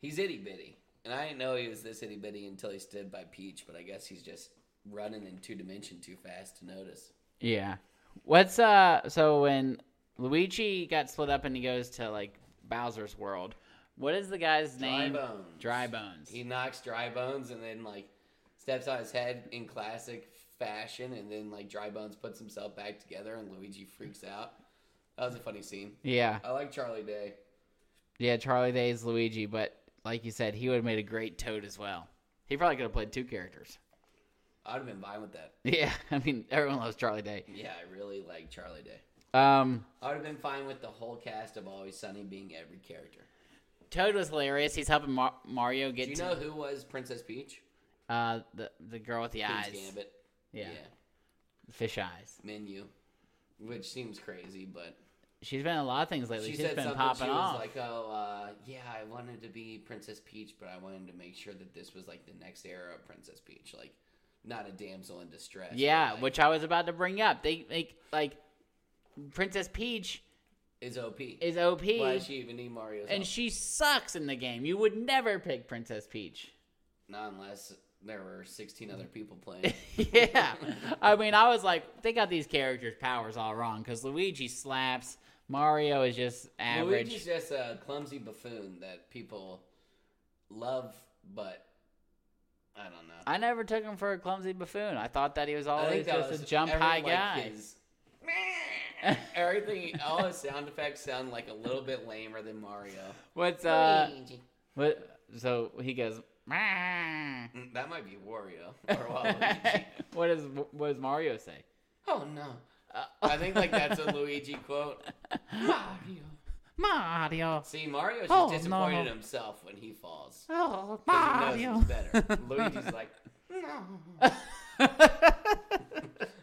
B: he's itty bitty, and I didn't know he was this itty bitty until he stood by Peach. But I guess he's just running in two dimension too fast to notice.
A: yeah, what's uh? So when Luigi got split up and he goes to like Bowser's world, what is the guy's name?
B: Drybones.
A: Drybones.
B: He knocks dry bones and then like steps on his head in classic fashion, and then like dry bones puts himself back together, and Luigi freaks out. That was a funny scene.
A: yeah,
B: I like Charlie Day.
A: yeah. Charlie Day is Luigi, but like you said, he would have made a great Toad as well. He probably could have played two characters.
B: I'd have been fine with that.
A: Yeah, I mean everyone loves Charlie Day.
B: Yeah, I really like Charlie Day.
A: Um,
B: I would have been fine with the whole cast of Always Sunny being every character.
A: Toad was hilarious. He's helping Mar- Mario get
B: Do you
A: to
B: know who was Princess Peach?
A: uh the the girl with the
B: Queen's
A: eyes.
B: Gambit.
A: Yeah, fish eyes.
B: Menu. which seems crazy, but
A: She's been in a lot of things lately.
B: she
A: She's
B: said
A: been
B: something.
A: popping
B: she
A: off.
B: was like, "Oh, uh, yeah, I wanted to be Princess Peach, but I wanted to make sure that this was like the next era of Princess Peach, like not a damsel in distress." but,
A: yeah,
B: like,
A: which I was about to bring up. They like like Princess Peach
B: is OP.
A: is OP
B: Why does she even need Mario's
A: and
B: help?
A: she sucks in the game. You would never pick Princess Peach.
B: Not unless there were sixteen other people playing.
A: yeah. I mean, I was like, they got these characters' powers all wrong because Luigi slaps. Mario is just average.
B: Luigi's just a clumsy buffoon that people love, but I don't know.
A: I never took him for a clumsy buffoon. I thought that he was always
B: that
A: just a
B: was
A: jump
B: every,
A: high
B: like,
A: guy.
B: his- everything, all his sound effects sound like a little bit lamer than Mario.
A: What's uh? What? So he goes. "Meh."
B: Mm, That might be Wario or Waluigi.
A: what does what does Mario say?
B: oh no! I think like that's a Luigi quote. Mario.
A: Mario.
B: See, Mario's just
A: Oh, no.
B: disappointed himself when he falls.
A: Oh,
B: 'cause He knows
A: Mario.
B: it's better. Luigi's like,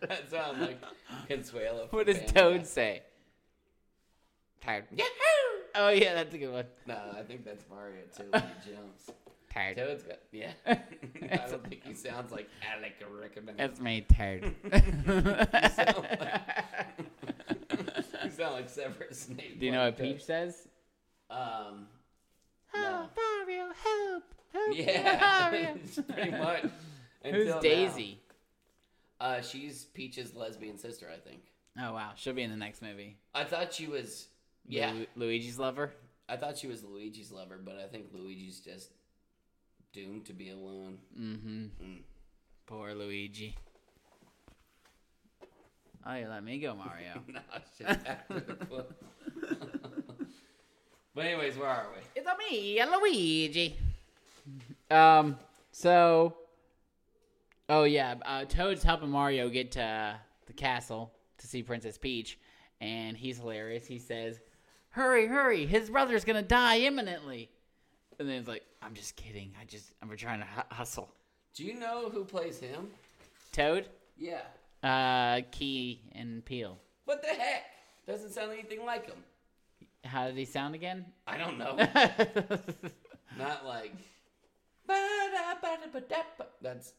B: that's how I'm like Consuelo. from
A: what does
B: Family Guy.
A: Toad say? Tired.
B: Yahoo!
A: Oh yeah, that's a good one.
B: No, I think that's Mario too. When he jumps.
A: Tired.
B: Toad's got yeah. I don't think he sounds like Alec Rickman.
A: That's me tired.
B: You sound like Severus Snape.
A: Do you know what
B: Like
A: Peach says?
B: that. Um. No.
A: Oh, Mario, help! Help!
B: Yeah, pretty much.
A: Who's
B: Until now.
A: Daisy?
B: Uh, she's Peach's lesbian sister, I think.
A: Oh wow, she'll be in the next movie.
B: I thought she was. Yeah,
A: Lu- Luigi's lover.
B: I thought she was Luigi's lover, but I think Luigi's just doomed to be alone.
A: Mm-hmm.
B: Mm.
A: Poor Luigi. Oh, you let me go, Mario.
B: No, shit. after the book. but anyways, where are we?
A: it's a me, a Luigi. Um. So. Oh yeah, uh, Toad's helping Mario get to the castle to see Princess Peach, and he's hilarious. He says, "Hurry, hurry! His brother's gonna die imminently." And then he's like, "I'm just kidding. I just I'm trying to hu- hustle."
B: Do you know who plays him?
A: Toad,
B: Yeah.
A: uh, Key and Peel.
B: What the heck? Doesn't sound anything like him.
A: How did he sound again?
B: I don't know. Not like. That's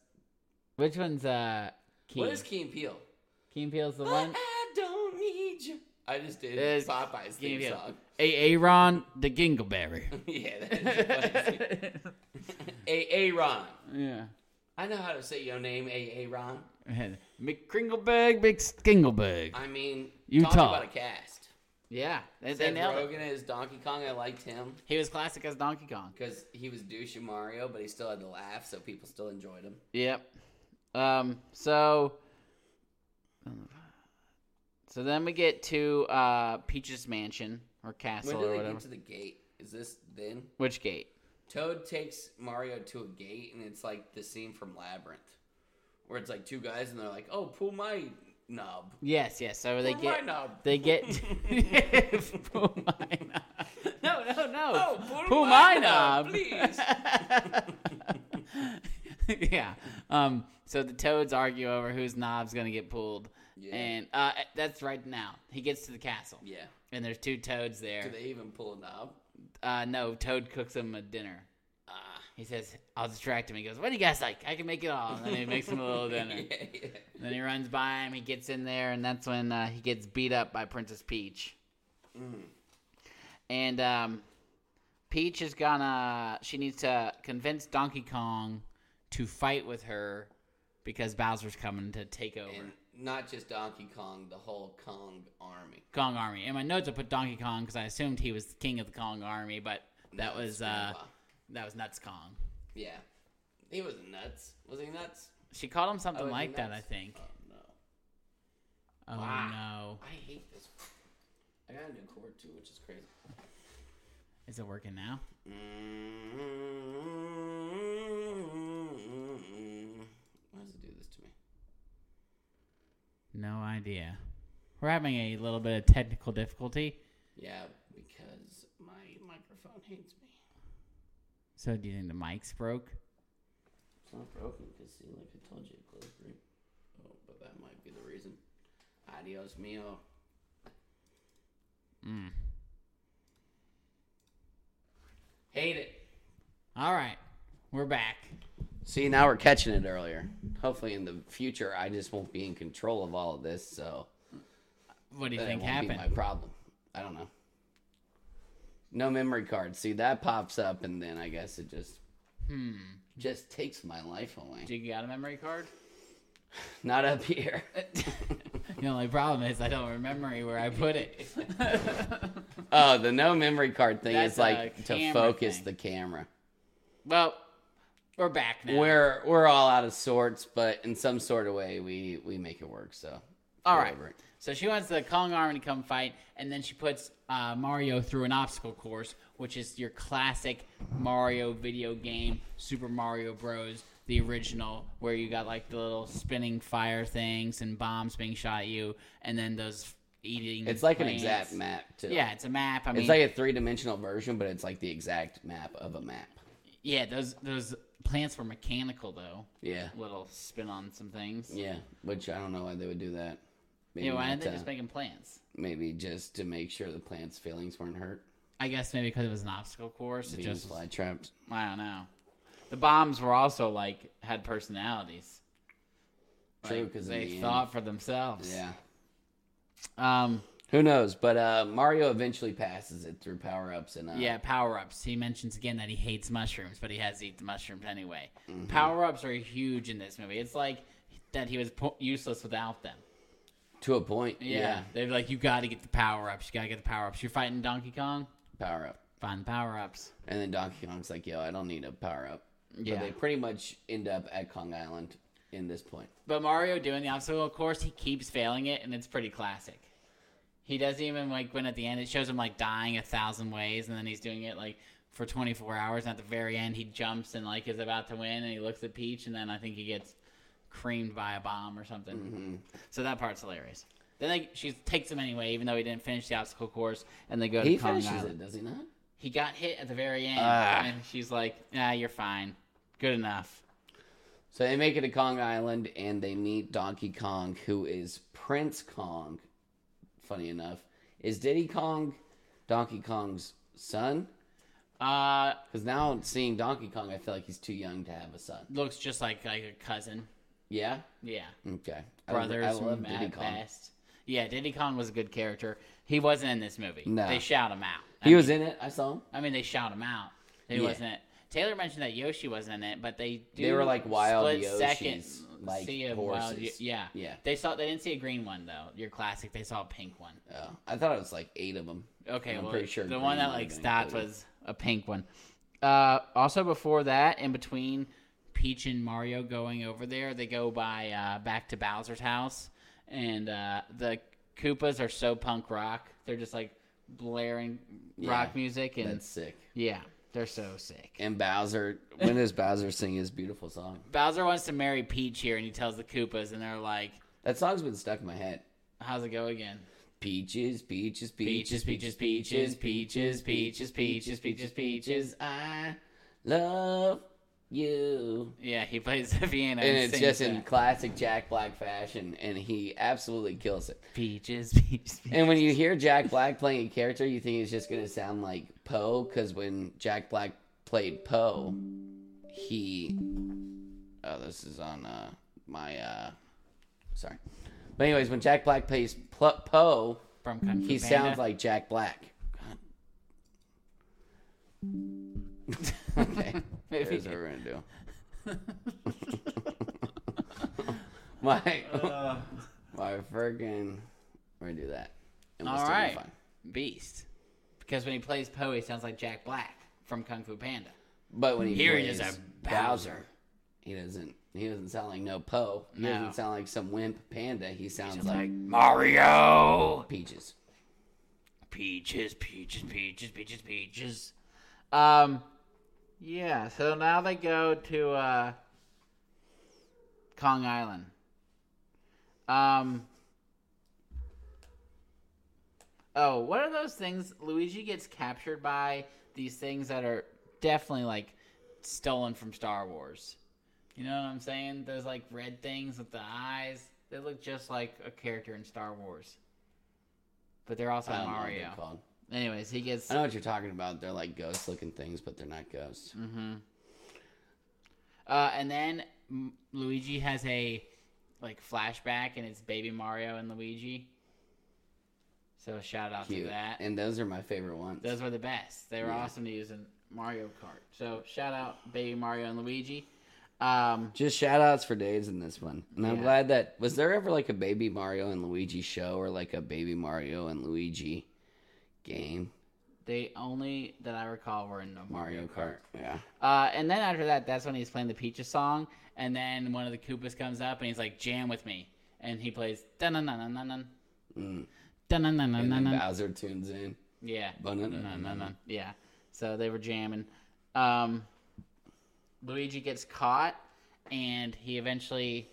A: Which one's uh? Key?
B: what is Keen Peel?
A: Key and Peel's the one.
B: I don't need you. I just did
A: There's
B: Popeye's
A: Key and
B: theme
A: Peele.
B: song.
A: A Aaron the Gingleberry.
B: yeah, that is a Aaron.
A: yeah.
B: I know how to say your name, A Aaron.
A: McKringleberg, McSkingleberg.
B: I mean,
A: You
B: talk
A: talk.
B: about a cast.
A: Yeah, they, they
B: Seth
A: nailed it.
B: Rogen is Donkey Kong. I liked him
A: He was classic as Donkey Kong.
B: because he was douche in Mario, but he still had the laugh, so people still enjoyed him.
A: Yep. Um. So. So then we get to uh, Peach's mansion or
B: When
A: castle
B: do
A: or
B: they
A: whatever.
B: get to the gate? Is this then?
A: Which gate?
B: Toad takes Mario to a gate, and it's like the scene from Labyrinth, where it's like two guys, and they're like, "Oh, pull my knob."
A: Yes. Yes. So they
B: Pull
A: get.
B: my knob.
A: They get. Pull my knob. No, no, no.
B: Oh, pull,
A: Pull
B: my,
A: my
B: knob,
A: knob.
B: please.
A: yeah. Um. So the toads argue over whose knob's gonna get pulled,
B: Yeah.
A: and uh, that's right now. He gets to the castle,
B: yeah.
A: and there's two toads there.
B: Do they even pull a knob?
A: uh, no, Toad cooks him a dinner.
B: Ah.
A: He says, "I'll distract him." He goes, "What do you guys like? I can make it all." And then he makes him a little dinner.
B: Yeah, yeah.
A: Then he runs by him. He gets in there, and that's when uh, he gets beat up by Princess Peach.
B: Mm.
A: And um, Peach is gonna. She needs to convince Donkey Kong to fight with her because Bowser's coming to take over
B: And not just Donkey Kong, the whole Kong army.
A: Kong Army. In my notes, I put Donkey Kong because I assumed he was the king of the Kong Army, but that was uh,
B: Wow.
A: that was Nuts Kong.
B: Yeah. He was nuts. Was he nuts?
A: She called him
B: Oh,
A: something
B: is he
A: like that, I
B: nuts?
A: think.
B: Oh no.
A: Oh
B: Wow.
A: no,
B: I hate this. I got a new cord too, which is crazy.
A: is it working now?
B: Mm-hmm. Why does it do this to me?
A: No idea. We're having a little bit of technical difficulty.
B: Yeah, because my microphone hates me.
A: So do you think the mic's broke?
B: It's not broken because see, like I told you, it closed right. Oh, but that might be the reason. Adios mio. Hate it.
A: All right, we're back.
B: See, now we're catching it earlier. Hopefully, in the future, I just won't be in control of all of this, so
A: What do you
B: that
A: think
B: won't be
A: happened?
B: my problem. I don't know. No memory card. See, that pops up, and then I guess it just
A: Hmm.
B: just takes my life away.
A: Do you got a memory card?
B: Not up here.
A: The only problem is I don't remember where I put it.
B: oh, the no memory card thing is
A: That's a
B: like to
A: camera
B: focus
A: thing.
B: the camera.
A: well, we're back now.
B: We're we're all out of sorts, but in some sort of way, we we make it work. So
A: All
B: get
A: right.
B: over it.
A: So she wants the Kong Army to come fight, and then she puts uh, Mario through an obstacle course, which is your classic Mario video game, Super Mario Bros. The original, where you got like the little spinning fire things and bombs being shot at you, and then those eating.
B: It's like an
A: plants.
B: exact map too.
A: Yeah, it's a map. I mean,
B: It's like a three dimensional version, but it's like the exact map of a map.
A: yeah, those those plants were mechanical though.
B: Yeah.
A: Little spin on some things.
B: Yeah. Which I don't know why they would do that. Maybe,
A: Yeah, why aren't they
B: not,
A: just
B: uh,
A: making plants?
B: maybe just to make sure the plant's feelings weren't hurt.
A: I guess maybe because it was an obstacle course, it
B: Being
A: just
B: fly trapped.
A: I don't know. The bombs were also like had personalities.
B: True,
A: Like,
B: 'cause in
A: they
B: the end-
A: thought for themselves.
B: Yeah.
A: Um.
B: Who knows? But uh, Mario eventually passes it through power ups and uh,
A: Yeah. Power ups. He mentions again that he hates mushrooms, but he has to eat the mushrooms anyway.
B: Mm-hmm.
A: Power ups are huge in this movie. It's like that he was po- useless without them.
B: to a point.
A: Yeah.
B: Yeah.
A: They're like, you got to get the power ups. You got to get the power ups. You're fighting Donkey Kong.
B: Power up.
A: Find the power ups.
B: And then Donkey Kong's like, yo, I don't need a power up.
A: Yeah.
B: But they pretty much end up at Kong Island in this point.
A: But Mario doing the obstacle course, he keeps failing it, and it's pretty classic. He doesn't even like when at the end it shows him like dying a thousand ways, and then he's doing it like for 24 hours. And at the very end, he jumps and like is about to win, and he looks at Peach, and then I think he gets creamed by a bomb or something.
B: Mm-hmm.
A: So that part's hilarious. Then they, she takes him anyway, even though he didn't finish the obstacle course, and they go
B: He
A: to Kong
B: finishes
A: Island.
B: it, does he not?
A: He got hit at the very end,
B: Ah.
A: and she's like, "Ah, you're fine, good enough."
B: So they make it to Kong Island and they meet Donkey Kong, who is Prince Kong. Funny enough, is Diddy Kong Donkey Kong's son?
A: Uh,
B: Because now seeing Donkey Kong, I feel like he's too young to have a son.
A: looks just like like a cousin.
B: Yeah.
A: Yeah.
B: Okay. I-
A: brothers
B: I,
A: from
B: love Diddy
A: at
B: Kong.
A: best. Yeah, Diddy Kong was a good character. He wasn't in this movie.
B: No.
A: They shout him out. I
B: He
A: mean,
B: was in it. I saw him.
A: I mean, they shout him out. He
B: Yeah.
A: wasn't. it. Taylor mentioned that Yoshi wasn't in it, but they do
B: They were like wild
A: split
B: Yoshis,
A: second
B: like
A: see a wild
B: horses.
A: yo- yeah,
B: Yeah.
A: They saw they didn't see a green one though. Your classic. They saw a pink one.
B: Oh, I thought it was like eight of them.
A: Okay,
B: I'm
A: well,
B: pretty sure
A: the
B: green
A: one that
B: might have
A: like
B: been
A: stopped
B: included.
A: was a pink one. Uh, also, before that, in between Peach and Mario going over there, they go by uh, back to Bowser's house, and uh, the Koopas are so punk rock. They're just like blaring rock music, and
B: That's sick.
A: yeah, they're so sick.
B: And Bowser, when does Bowser sing his beautiful song?
A: Bowser wants to marry Peach here, and he tells the Koopas, and they're like,
B: That song's been stuck in my head.
A: "How's it go again?"
B: Peaches, peaches, peaches,
A: Peaches, peaches,
B: peaches,
A: peaches,
B: peaches, peaches,
A: peaches, peaches, peaches,
B: peaches, peaches, peaches,
A: peaches, peaches.
B: peaches. I love you.
A: Yeah, he plays the piano,
B: And it's
A: sings
B: just in
A: that.
B: classic Jack Black fashion, and he absolutely kills it.
A: Peaches, Peaches, Peaches.
B: And when you hear Jack Black playing a character, you think it's just going to sound like Poe, because when Jack Black played Poe, he. Oh, this is on uh, my. Uh, sorry. But, anyways, when Jack Black plays pl- Poe,
A: from Kung Fu Panda.
B: he sounds like Jack Black. okay.
A: Maybe.
B: Here's what we're going to do. my,
A: Uh.
B: my freaking. We're going to do that. And
A: All
B: still be
A: right.
B: fine.
A: Beast. Because when he plays Poe, he sounds like Jack Black from Kung Fu Panda.
B: But when he
A: Here he
B: plays
A: is a
B: Bowser, he doesn't. He doesn't sound like no Poe. He
A: No.
B: doesn't sound like some wimp panda. He sounds like,
A: Mario!
B: peaches.
A: Peaches, peaches, peaches, peaches, peaches. Um, yeah, so now they go to, uh, Kong Island. Um, oh, what are those things? Luigi gets captured by these things that are definitely, like, stolen from Star Wars. You know what I'm saying? Those, like, red things with the eyes. They look just like a character in Star Wars. but they're also
B: I don't know what
A: Mario.
B: they're called.
A: Anyways, he gets
B: I know what you're talking about. They're like ghost looking things, but they're not ghosts.
A: Mm-hmm. Uh, and then M- Luigi has a like flashback, and it's Baby Mario and Luigi. So shout out
B: Cute.
A: to that.
B: And those are my favorite ones.
A: Those were the best. They were
B: Yeah.
A: awesome to use in Mario Kart. So shout out Baby Mario and Luigi. Um,
B: Just shout outs for days in this one. And I'm
A: Yeah.
B: glad that was there ever like a baby Mario and Luigi show or like a baby Mario and Luigi game?
A: they only that I recall were in the
B: Mario Kart. Yeah.
A: Uh, and then after that, that's when he's playing the Peaches song, and then one of the Koopas comes up and he's like, "Jam with me," and he plays dun dun dun dun dun dun
B: Mm.
A: dun dun dun dun
B: And
A: dun.
B: then
A: dun.
B: Bowser tunes in.
A: Yeah.
B: uh, Ba-na-na-na-na.
A: Yeah. So they were jamming. Um, Luigi gets caught, and he eventually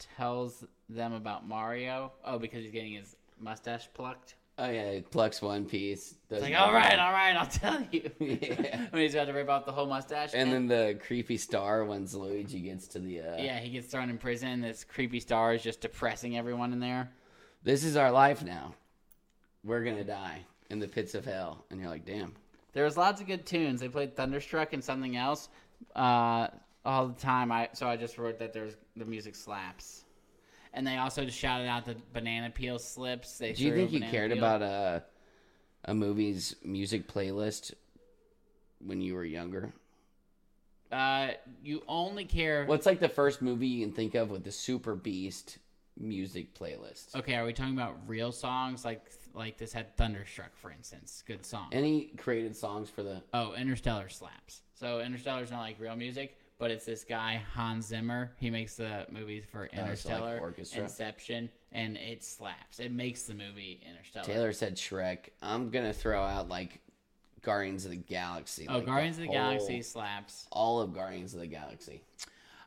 A: tells them about Mario. Oh, because he's getting his mustache plucked.
B: Oh yeah, he plucks one piece.
A: It's
B: does
A: like,
B: one-
A: all right, all right, I'll tell you.
B: Yeah.
A: when he's about to rip off the whole mustache.
B: And then the creepy star once Luigi gets to the uh
A: yeah, he gets thrown in prison. This creepy star is just depressing everyone in there.
B: This is our life now. We're gonna die in the pits of hell. And you're like, damn.
A: There was lots of good tunes. They played Thunderstruck and something else uh, all the time. I so I just wrote that there's the music slaps, and they also just shouted out the banana peel slips. They
B: Do you
A: threw a
B: think you
A: banana
B: cared
A: peel.
B: about a a movie's music playlist when you were younger?
A: Uh, you only care.
B: What's like the first movie you can think of with the Super Beast music playlist?
A: Okay, are we talking about real songs like like this had Thunderstruck for instance? Good song.
B: Any created songs for the
A: Oh, Interstellar slaps. So Interstellar's not like real music, but it's this guy Hans Zimmer. He makes the movies for Interstellar,
B: Oh, orchestra?
A: Inception, and it slaps. It makes the movie Interstellar.
B: Taylor said Shrek. I'm gonna throw out like Guardians of the Galaxy.
A: oh,
B: like,
A: Guardians of the
B: whole-
A: Galaxy slaps.
B: All of Guardians of the Galaxy.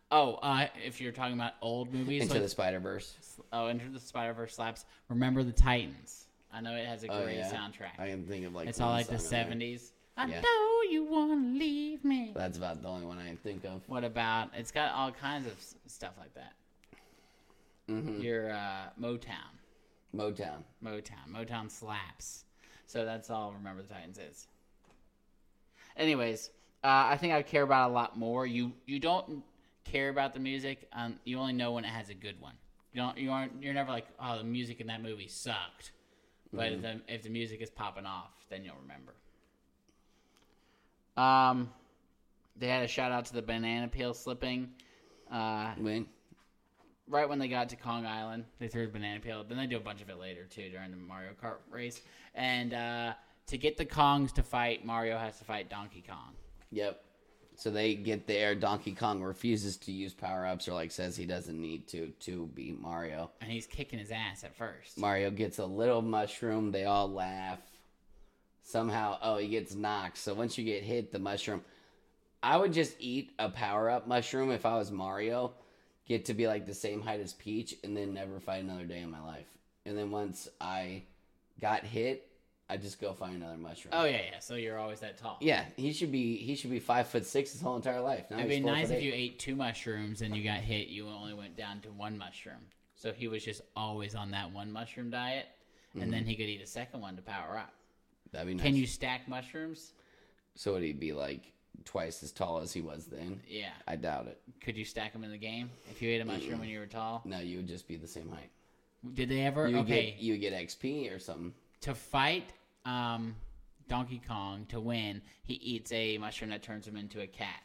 A: Oh, uh, if you're talking about old movies,
B: Into
A: like,
B: the Spider Verse.
A: oh, Enter the Spider Verse slaps. Remember the Titans. I know it has a
B: Oh
A: great
B: yeah.
A: soundtrack.
B: I can think of like
A: it's all
B: one
A: like the
B: song on there.
A: '70s. I
B: Yeah.
A: know you wanna leave me.
B: That's about the only one I can think of.
A: What about? It's got all kinds of s- stuff like that. Your uh, Motown.
B: Motown.
A: Motown. Motown slaps. So that's all Remember the Titans is. Anyways, uh, I think I care about it a lot more. You you don't care about the music. Um, you only know when it has a good one. You don't. You aren't. You're never like, oh, the music in that movie sucked. But if, the, if the music is popping off, then you'll remember. Um, they had a shout out to the banana peel slipping. Uh,
B: Wait.
A: right when they got to Kong Island, they threw a banana peel. Then they do a bunch of it later too during the Mario Kart race. And uh, to get the Kongs to fight, Mario has to fight Donkey Kong.
B: Yep. So they get there. Donkey Kong refuses to use power ups or like says he doesn't need to to beat Mario.
A: And he's kicking his ass at first.
B: Mario gets a little mushroom. They all laugh. Somehow, oh, he gets knocked. So once you get hit, the mushroom. I would just eat a power up mushroom if I was Mario, get to be like the same height as Peach, and then never fight another day in my life. And then once I got hit, I just go find another mushroom.
A: oh, yeah, yeah. So you're always that tall.
B: Yeah, he should be he should be five foot six his whole entire life. Now
A: It'd
B: he's
A: be
B: four
A: nice
B: foot
A: if you
B: eight.
A: ate two mushrooms and you got hit. You only went down to one mushroom. So he was just always on that one mushroom diet. And
B: Mm-hmm.
A: then he could eat a second one to power up.
B: That'd be nice.
A: Can you stack mushrooms?
B: So would he be like twice as tall as he was then?
A: Yeah.
B: I doubt it.
A: Could you stack them in the game if you ate a
B: Mm.
A: mushroom when you were tall?
B: No, you would just be the same height.
A: Did they ever?
B: You would
A: okay.
B: get you would get XP or something.
A: to fight um, Donkey Kong to win, he eats a mushroom that turns him into a cat.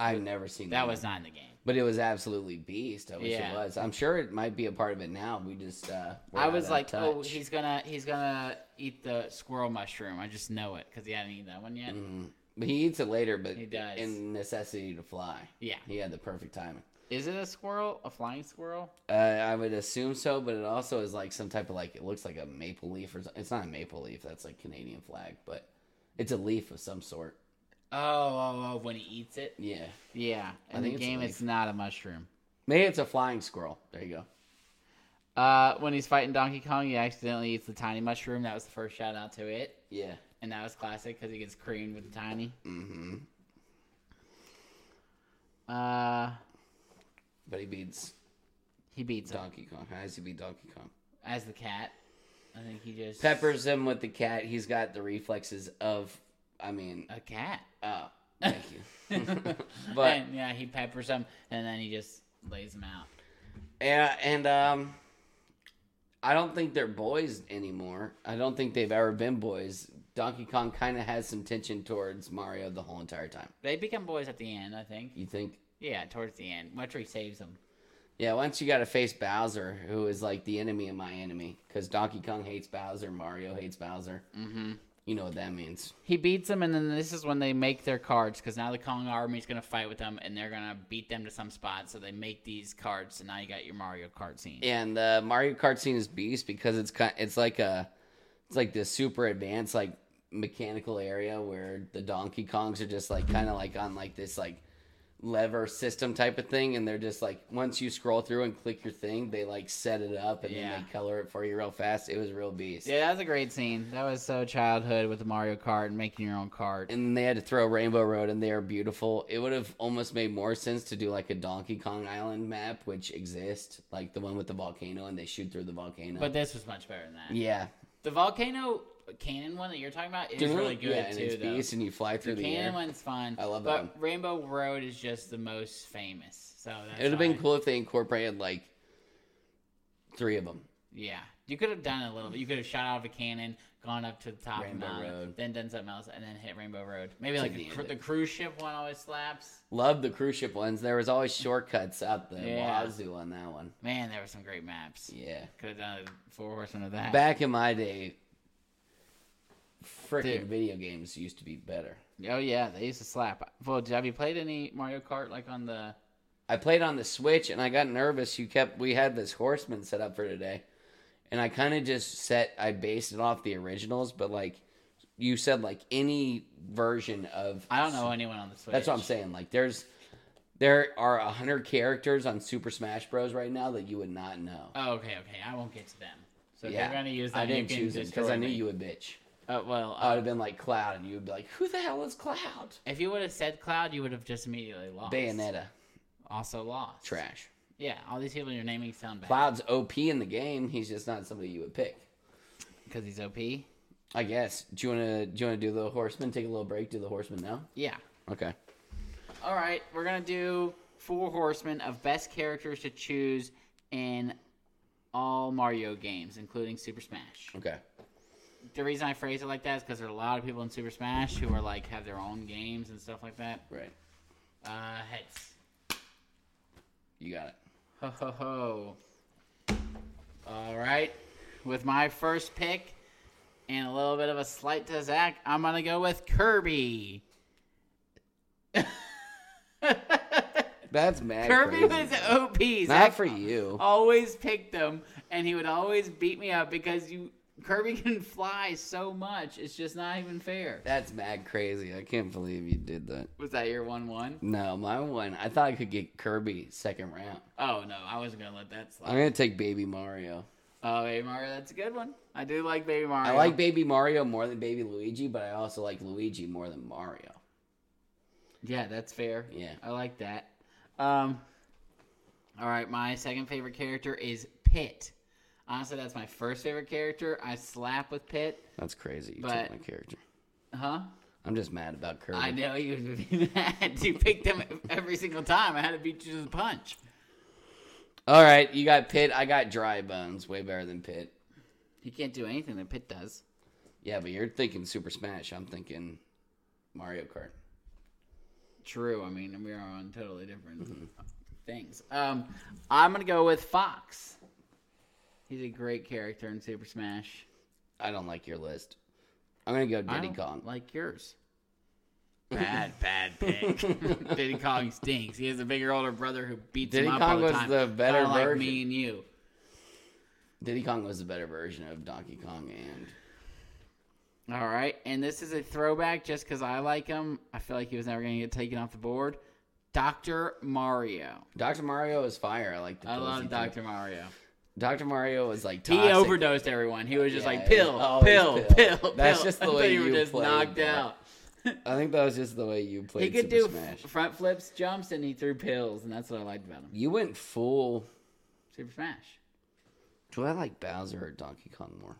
B: I've never seen that.
A: That was not in the game.
B: but it was absolutely beast. I wish
A: Yeah.
B: it was. I'm sure it might be a part of it now. We just uh we're
A: I
B: out
A: was
B: of
A: like, oh,
B: touch.
A: he's gonna he's gonna eat the squirrel mushroom. I just know it because he hadn't eaten that one yet.
B: Mm. but he eats it later, but
A: He does.
B: in necessity to fly.
A: Yeah.
B: He had the perfect timing.
A: Is it a squirrel? A flying squirrel?
B: Uh, I would assume so, but it also is like some type of like it looks like a maple leaf or something. It's not a maple leaf. That's like Canadian flag, but it's a leaf of some sort.
A: Oh, oh, oh when he eats it.
B: Yeah,
A: Yeah. In
B: think
A: the
B: it's a
A: game,
B: leaf.
A: it's not a mushroom.
B: maybe it's a flying squirrel. There you go.
A: Uh, when he's fighting Donkey Kong, he accidentally eats the tiny mushroom. That was the first shout out to it,
B: Yeah.
A: and that was classic because he gets creamed with the tiny.
B: Mm-hmm.
A: Uh,
B: But he beats
A: he beats him
B: Donkey Kong. How does he beat Donkey Kong?
A: as the cat. I think he just
B: Peppers him with the cat. He's got the reflexes of, I mean,
A: a cat.
B: oh, thank you.
A: but
B: But-
A: and, yeah, he peppers him and then he just lays him out.
B: yeah, and um, I don't think they're boys anymore. I don't think they've ever been boys. Donkey Kong kind of has some tension towards Mario the whole entire time.
A: They become boys at the end, I think.
B: You think?
A: Yeah, towards the end, Metro saves them.
B: Yeah, once you got to face Bowser, who is like the enemy of my enemy, because Donkey Kong hates Bowser, Mario hates Bowser. Mm-hmm. You know what that means.
A: He beats them, and then this is when they make their cards because now the Kong army's gonna fight with them, and they're gonna beat them to some spot. So they make these cards. So now you got your Mario Kart scene.
B: and the Mario Kart scene is beast because it's kind, it's like a, it's like this super advanced like mechanical area where the Donkey Kongs are just like kind of like on like this like lever system type of thing, and they're just like once you scroll through and click your thing, they like set it up and then
A: Yeah.
B: they color it for you real fast. It was real beast.
A: Yeah, that was a great scene. That was so childhood with the Mario Kart and making your own cart.
B: And they had to throw Rainbow Road, and they are beautiful. It would have almost made more sense to do like a Donkey Kong Island map, which exists, like the one with the volcano, and they shoot through the volcano.
A: But this was much better than that.
B: yeah,
A: The volcano cannon one that you're talking about is
B: Dude,
A: really good
B: yeah, and
A: too,
B: it's
A: though.
B: beast, and you fly through the,
A: cannon
B: air.
A: one's fun.
B: I love
A: but
B: that one.
A: Rainbow Road is just the most famous. So that's
B: It would have been
A: why-
B: cool if they incorporated like three of them.
A: Yeah, you could have done it a little bit. You could have shot out of a cannon, gone up to the top
B: Rainbow
A: of the mountain,
B: Road.
A: then done something else, and then hit Rainbow Road. Maybe
B: To
A: like
B: the
A: a
B: end
A: cru-
B: of
A: the
B: it.
A: cruise ship one always slaps.
B: Love the cruise ship ones. There was always shortcuts out the
A: Yeah.
B: wazoo on that one.
A: Man, there were some great maps.
B: Yeah.
A: Could have done a four horsemen of that.
B: Back in my day, freaking
A: Dude.
B: video games used to be better.
A: oh yeah, they used to slap. Well, have you played any Mario Kart like on the?
B: I played on the Switch and I got nervous. You kept we had this horseman set up for today. And I kind of just set I based it off the originals, but like you said like any version of
A: I don't know anyone on the Switch.
B: That's what I'm saying. Like there's there are a hundred characters on Super Smash Bros. right now that you would not know.
A: Oh, okay, okay. I won't get to them. So if
B: yeah,
A: you're gonna use them,
B: I
A: you
B: didn't
A: can
B: choose it because
A: destroy
B: I knew
A: me.
B: you would bitch.
A: Uh, well,
B: I would have been like Cloud, and you would be like, "Who the hell is Cloud?"
A: if you would have said Cloud, you would have just immediately lost.
B: Bayonetta,
A: also lost.
B: trash.
A: Yeah, all these people you're naming sound bad
B: Cloud's OP in the game. He's just not somebody you would pick.
A: because he's OP.
B: I guess. Do you wanna do you wanna do the horseman? Take a little break. Do the horseman now.
A: Yeah.
B: Okay.
A: All right, we're gonna do four horsemen of best characters to choose in all Mario games, including Super Smash.
B: Okay.
A: The reason I phrase it like that is because there are a lot of people in Super Smash who are like have their own games and stuff like that.
B: Right.
A: Uh, heads.
B: You got it.
A: Ho ho ho. All right. With my first pick and a little bit of a slight to Zach, I'm going to go with Kirby.
B: That's mad.
A: Kirby
B: crazy.
A: was OP.
B: not
A: Zach Oh.
B: for you.
A: always picked him, and he would always beat me up because you Kirby can fly so much. It's just not even fair.
B: That's mad crazy. I can't believe you did that.
A: Was that your 1 1?
B: No, my one. I thought I could get Kirby second round.
A: Oh, no. I wasn't going to let that
B: I'm
A: slide.
B: gonna take Baby Mario.
A: Oh, Baby Mario, that's a good one. I do like Baby Mario.
B: I like Baby Mario more than Baby Luigi, but I also like Luigi more than Mario.
A: Yeah, that's fair.
B: Yeah.
A: I like that. Um, all right, my second favorite character is Pit. Honestly, that's my first favorite character. I slap with Pit.
B: That's crazy. You
A: But-
B: took my character.
A: Huh?
B: I'm just mad about Kirby.
A: I know you would be mad. You picked them every single time. I had to beat you to the punch.
B: All right, you got Pit. I got Dry Bones. Way better than Pit.
A: He can't do anything that Pit does.
B: Yeah, but you're thinking Super Smash. I'm thinking Mario Kart.
A: True. I mean, we are on totally different
B: Mm-hmm.
A: things. Um, I'm gonna go with Fox. He's a great character in Super Smash.
B: I don't like your list. I'm gonna go
A: I
B: Diddy
A: don't
B: Kong.
A: Like yours. Bad, bad pick. Diddy Kong stinks. He has a bigger older brother who beats
B: Diddy
A: him up
B: Kong
A: all the
B: was
A: time.
B: the better
A: Kinda like
B: version.
A: me and you.
B: Diddy Kong was the better version of Donkey Kong, and
A: All right, and this is a throwback just because I like him. I feel like he was never going to get taken off the board. Doctor Mario.
B: Dr. Mario is fire. I like the.
A: I love
B: cozy thing.
A: Doctor Mario.
B: Dr. Mario was like
A: He
B: toxic.
A: overdosed everyone. He was just
B: Yeah,
A: like
B: it was
A: pill,
B: always
A: pill,
B: pill.
A: pill,
B: That's
A: pill.
B: just the
A: I thought
B: way
A: you were
B: you
A: just
B: played
A: knocked
B: that.
A: out.
B: I think that was just the way you played.
A: He could
B: Super
A: do
B: Smash.
A: f- front flips, jumps, and he threw pills, and that's what I liked about him.
B: You went full.
A: Super Smash.
B: Do I like Bowser or Donkey Kong more?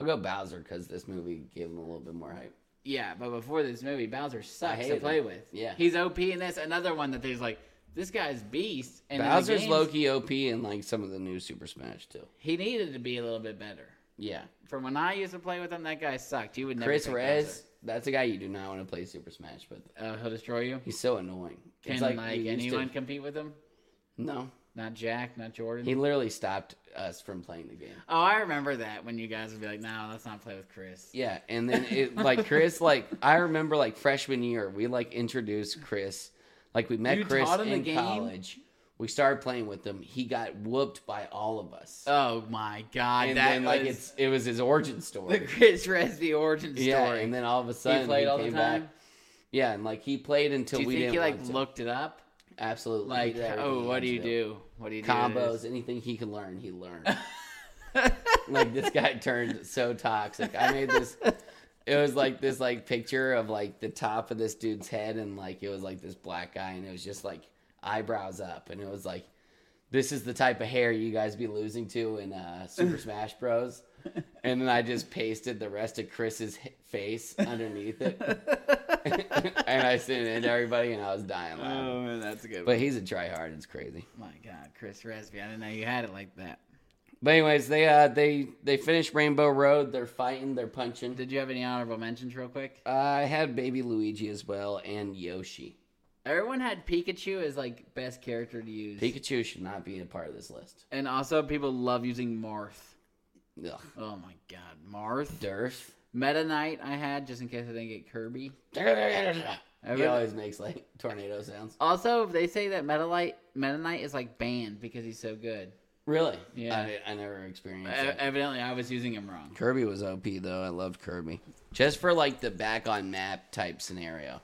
B: I'll go Bowser because this movie gave him a little bit more hype.
A: Yeah, but before this movie, Bowser sucks
B: hate
A: to play
B: him.
A: with.
B: Yeah.
A: he's OP in this. Another one that there's like this guy's beast. And in the
B: Bowser's
A: games,
B: low key OP in like some of the new Super Smash too.
A: He needed to be a little bit better.
B: Yeah,
A: From when I used to play with him, that guy sucked. You would never.
B: Chris
A: pick
B: Rez, that's a guy you do not want to play Super Smash with.
A: Bowser. Uh, he'll destroy you.
B: He's so annoying. It's
A: Can like,
B: we used to-
A: anyone compete with him?
B: No,
A: Not Jack, not Jordan.
B: he literally stopped us from playing the game.
A: oh, I remember that when you guys would be like, "No, let's not play with Chris."
B: Yeah, and then it like Chris, like I remember like freshman year, we like introduced Chris, like we met
A: You
B: Chris
A: taught him the
B: in
A: game?
B: college. We started playing with him. He got whooped by all of us,
A: Oh my God,
B: and
A: that
B: then like
A: was
B: it's it was his origin
A: the
B: story.
A: Chris Resby origin story.
B: Yeah, and then all of a sudden
A: he played all the
B: came
A: time.
B: Back. Yeah, and like he played until
A: Do you
B: we
A: think
B: didn't
A: he like
B: want to.
A: looked it up?
B: Absolutely, he
A: Like,
B: did everything
A: oh,
B: he
A: what
B: had
A: do you
B: to
A: do? What do you do? to
B: Combos,
A: this?
B: anything he could learn, he learned. like this guy turned so toxic. I made this. It was like this like picture of like the top of this dude's head, and like it was like this black guy, and it was just like eyebrows up, and it was like, this is the type of hair you guys be losing to in uh, Super Smash Bros. And then I just pasted the rest of Chris's h- face underneath it, and I sent it to everybody, and I was dying laughing.
A: Oh man, that's a good.
B: But he's a tryhard. It's crazy.
A: one. My God, Chris Resby, I didn't know you had it like that.
B: But anyways, they uh they they finish Rainbow Road. They're fighting. They're punching.
A: Did you have any honorable mentions, real quick?
B: I had Baby Luigi as well and Yoshi.
A: Everyone had Pikachu as like best character to use,
B: Pikachu should not be a part of this list.
A: and also people love using Marth.
B: Ugh.
A: Oh my God, Marth.
B: Durf.
A: Meta Knight I had just in case I didn't get Kirby.
B: He always makes like tornado sounds.
A: Also, they say that Meta Knight, Meta Knight is like banned because he's so good.
B: Really?
A: Yeah.
B: I, I never experienced
A: E-
B: that.
A: evidently, I was using him wrong.
B: Kirby was OP though. I loved Kirby. Just for like the back on map type scenario.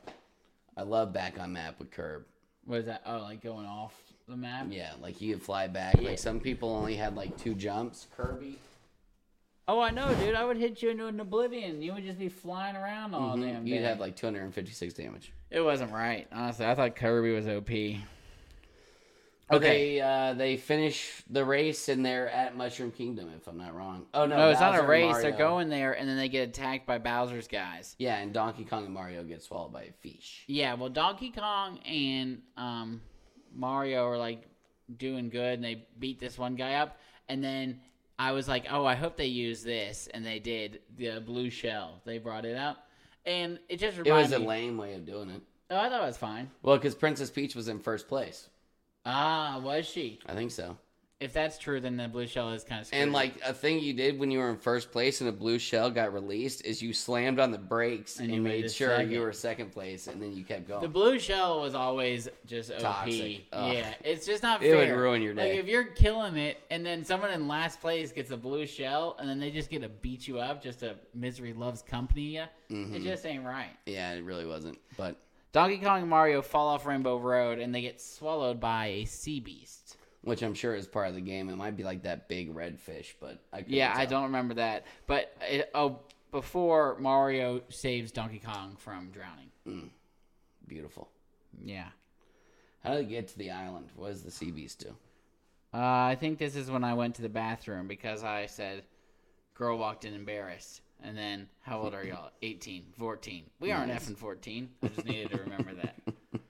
B: I love back on map with Curb.
A: What is that? Oh, like going off the map?
B: Yeah, like you could fly back.
A: Yeah.
B: Like some people only had like two jumps. Kirby.
A: Oh, I know, dude. I would hit you into an oblivion. You would just be flying around all Oh, damn day.
B: Mm-hmm. You'd have like 256 damage.
A: it wasn't right, honestly. I thought Kirby was OP.
B: Okay. They, uh, they finish the race and they're at Mushroom Kingdom, if I'm not wrong. Oh no,
A: No, it's not
B: Bowser
A: a
B: and
A: race.
B: Mario.
A: They're going there, and then they get attacked by Bowser's guys.
B: Yeah, and Donkey Kong and Mario get swallowed by a fish.
A: Yeah, well, Donkey Kong and um, Mario are like doing good, and they beat this one guy up. And then I was like, "Oh, I hope they use this," and they did the blue shell. They brought it out, and it just
B: It was
A: reminded
B: a
A: me.
B: lame way of doing it.
A: oh, I thought it was fine.
B: Well, because Princess Peach was in first place.
A: Ah, was she?
B: I think so.
A: If that's true, then the blue shell is kind of screwed.
B: And like a thing you did when you were in first place and a blue shell got released is you slammed on the brakes and,
A: you
B: you
A: made
B: made
A: it
B: sure
A: second.
B: you were second place and then you kept going.
A: The blue shell was always just OP.
B: Toxic. Ugh.
A: Yeah, it's just not
B: It
A: fair.
B: would ruin your day.
A: Like if you're killing it, and then someone in last place gets a blue shell, and then they just get to beat you up, just a misery loves company. ya, It just ain't right.
B: yeah, it really wasn't. But
A: Mm-hmm. Donkey Kong and Mario fall off Rainbow Road, and they get swallowed by a sea beast.
B: which I'm sure is part of the game. It might be like that big red fish, but I couldn't
A: Yeah, I
B: tell.
A: don't remember that, but it, oh, before Mario saves Donkey Kong from drowning.
B: beautiful.
A: Yeah.
B: How did it get to the island? What does the sea beast do?
A: Uh, I think this is when I went to the bathroom because I said, girl walked in embarrassed. And then, how old are y'all? 18, 14. We aren't effing 14. I just needed to remember that.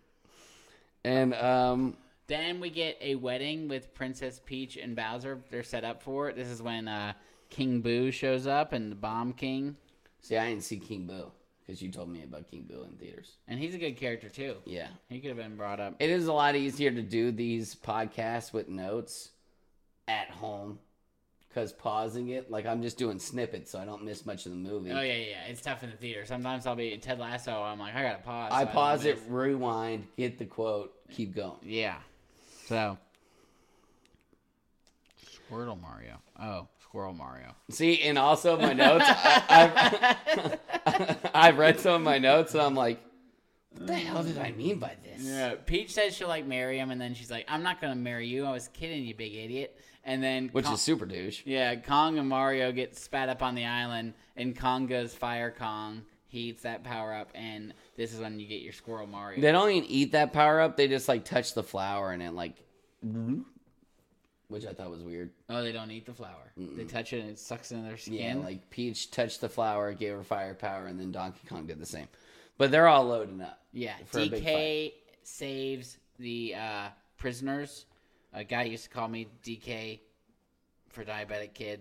B: And um,
A: Then we get a wedding with Princess Peach and Bowser. They're set up for it. This is when uh, King Boo shows up and the Bomb King.
B: see, I didn't see King Boo because you told me about King Boo in theaters.
A: And he's a good character, too.
B: Yeah,
A: He could have been brought up.
B: it is a lot easier to do these podcasts with notes at home because pausing it, like I'm just doing snippets, so I don't miss much of the movie.
A: Oh, yeah, yeah. yeah. It's tough in the theater. Sometimes I'll be Ted Lasso. I'm like, I got to pause. so
B: I
A: don't
B: pause it,
A: miss.
B: rewind, get the quote, keep going.
A: Yeah. So. Squirtle Mario. Oh, Squirrel Mario.
B: See, and also my notes, I, I've, I've read some of my notes, and I'm like, what the hell did I mean by this?
A: Yeah. Uh, Peach says she'll like marry him, and then she's like, "I'm not gonna marry you. I was kidding, you big idiot." And then
B: Which
A: Kong-
B: is super douche.
A: yeah, Kong and Mario get spat up on the island, and Kong goes Fire Kong. He eats that power up, and this is when you get your Squirrel Mario.
B: They don't even eat that power up. They just like touch the flower and it like which I thought was weird.
A: Oh, they don't eat the flour. They touch it and it sucks into their skin.
B: Yeah, like Peach touched the flower, gave her firepower, and then Donkey Kong did the same. But they're all loading up.
A: Yeah,
B: for a big
A: DK saves the uh, prisoners. A guy used to call me DK for diabetic kid.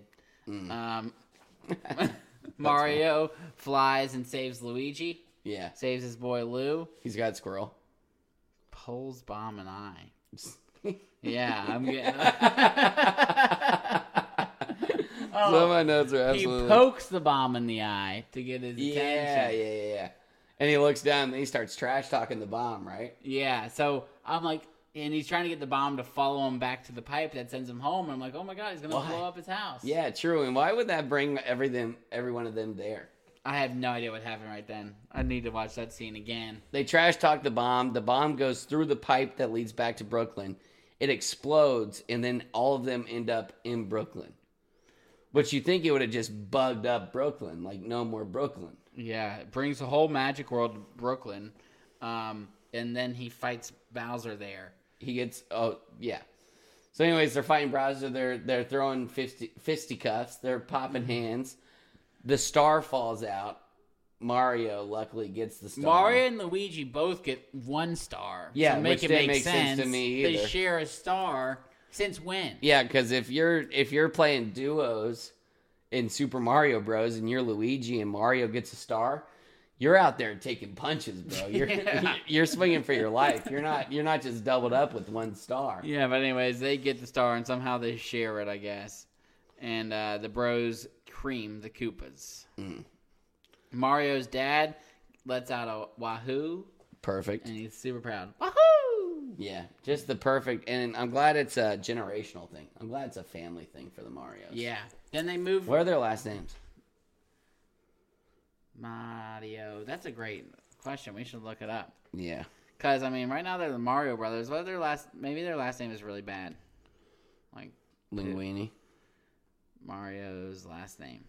B: Mm.
A: Um, Mario flies and saves Luigi.
B: Yeah,
A: Saves his boy Lou.
B: he's got Squirrel.
A: Pulls bomb and I. Yeah, I'm getting.
B: Some of my notes are
A: he
B: absolutely.
A: pokes the bomb in the eye to get his
B: yeah, yeah,
A: attention.
B: yeah, yeah. And he looks down and he starts trash talking the bomb, right?
A: Yeah, so I'm like, and he's trying to get the bomb to follow him back to the pipe that sends him home. I'm like, oh my god, he's gonna
B: Why?
A: blow up his house.
B: Yeah, true. And why would that bring every them, every one of them there?
A: I have no idea what happened right then. I need to watch that scene again.
B: They trash talk the bomb. The bomb goes through the pipe that leads back to Brooklyn. It explodes, and then all of them end up in Brooklyn. Which you think it would have just bugged up Brooklyn, like no more Brooklyn.
A: Yeah, it brings the whole magic world to Brooklyn. Um, and then he fights Bowser there.
B: He gets oh yeah. So anyways, they're fighting Bowser. They're they're throwing fisti- fisticuffs. They're popping hands. The star falls out. Mario luckily gets the star.
A: Mario and Luigi both get one star.
B: Yeah,
A: so make
B: which
A: it
B: didn't
A: make
B: make sense to me
A: They
B: either.
A: share a star. Since when?
B: Yeah, because if you're if you're playing duos in Super Mario Bros. and you're Luigi and Mario gets a star, you're out there taking punches, bro. You're
A: Yeah.
B: you're swinging for your life. You're not you're not just doubled up with one star.
A: Yeah, but anyways, they get the star and somehow they share it, I guess. And uh, the bros cream the Koopas. Mario's dad lets out a wahoo,
B: Perfect.
A: and he's super proud. Wahoo!
B: Yeah, just the perfect. And I'm glad it's a generational thing. I'm glad it's a family thing for the Marios.
A: Yeah. Then they move
B: What are their last names?
A: Mario. That's a great question. We should look it up.
B: Yeah.
A: Cause I mean, right now they're the Mario brothers. What are their last? Maybe their last name is really bad, like
B: Linguini.
A: Mario's last name.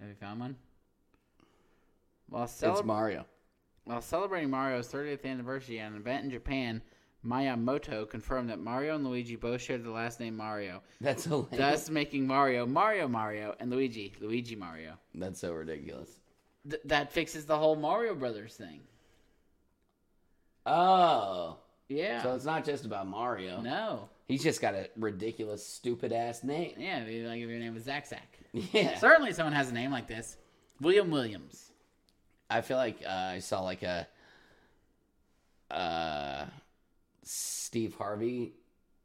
A: Have you found one? While,
B: It's
A: cele-
B: Mario.
A: while celebrating Mario's 30th anniversary at an event in Japan, Miyamoto confirmed that Mario and Luigi both shared the last name Mario,
B: That's so
A: thus making Mario Mario Mario and Luigi Luigi Mario.
B: That's so ridiculous.
A: Th- that fixes the whole Mario Brothers thing.
B: Oh.
A: Yeah.
B: So oh. it's not just about Mario.
A: no.
B: He's just got a ridiculous, stupid ass name.
A: Yeah, maybe like if your name was Zack Zack.
B: Yeah.
A: Certainly someone has a name like this. William Williams.
B: I feel like uh, I saw like a uh, Steve Harvey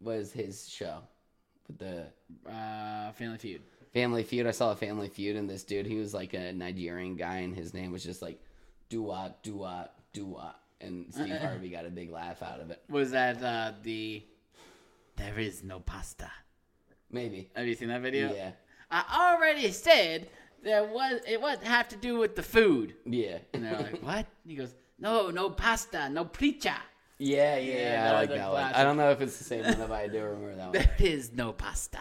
B: was his show with the
A: Uh, Family Feud.
B: Family Feud. I saw a Family Feud, and this dude, he was like a Nigerian guy, and his name was just like Dua Dua Dua, and
A: Uh,
B: Steve Harvey got a big laugh out of it.
A: Was that uh, the There is no pasta.
B: Maybe,
A: Have you seen that video?
B: yeah, yeah.
A: I already said there was it was have to do with the food.
B: Yeah,
A: And they're like, What? He goes, No, no pasta, no pricha.
B: yeah, yeah,
A: Yeah, that
B: I like
A: was a
B: that one. I
A: classic.
B: don't know if it's the same one, but I do remember that one.
A: There is no pasta.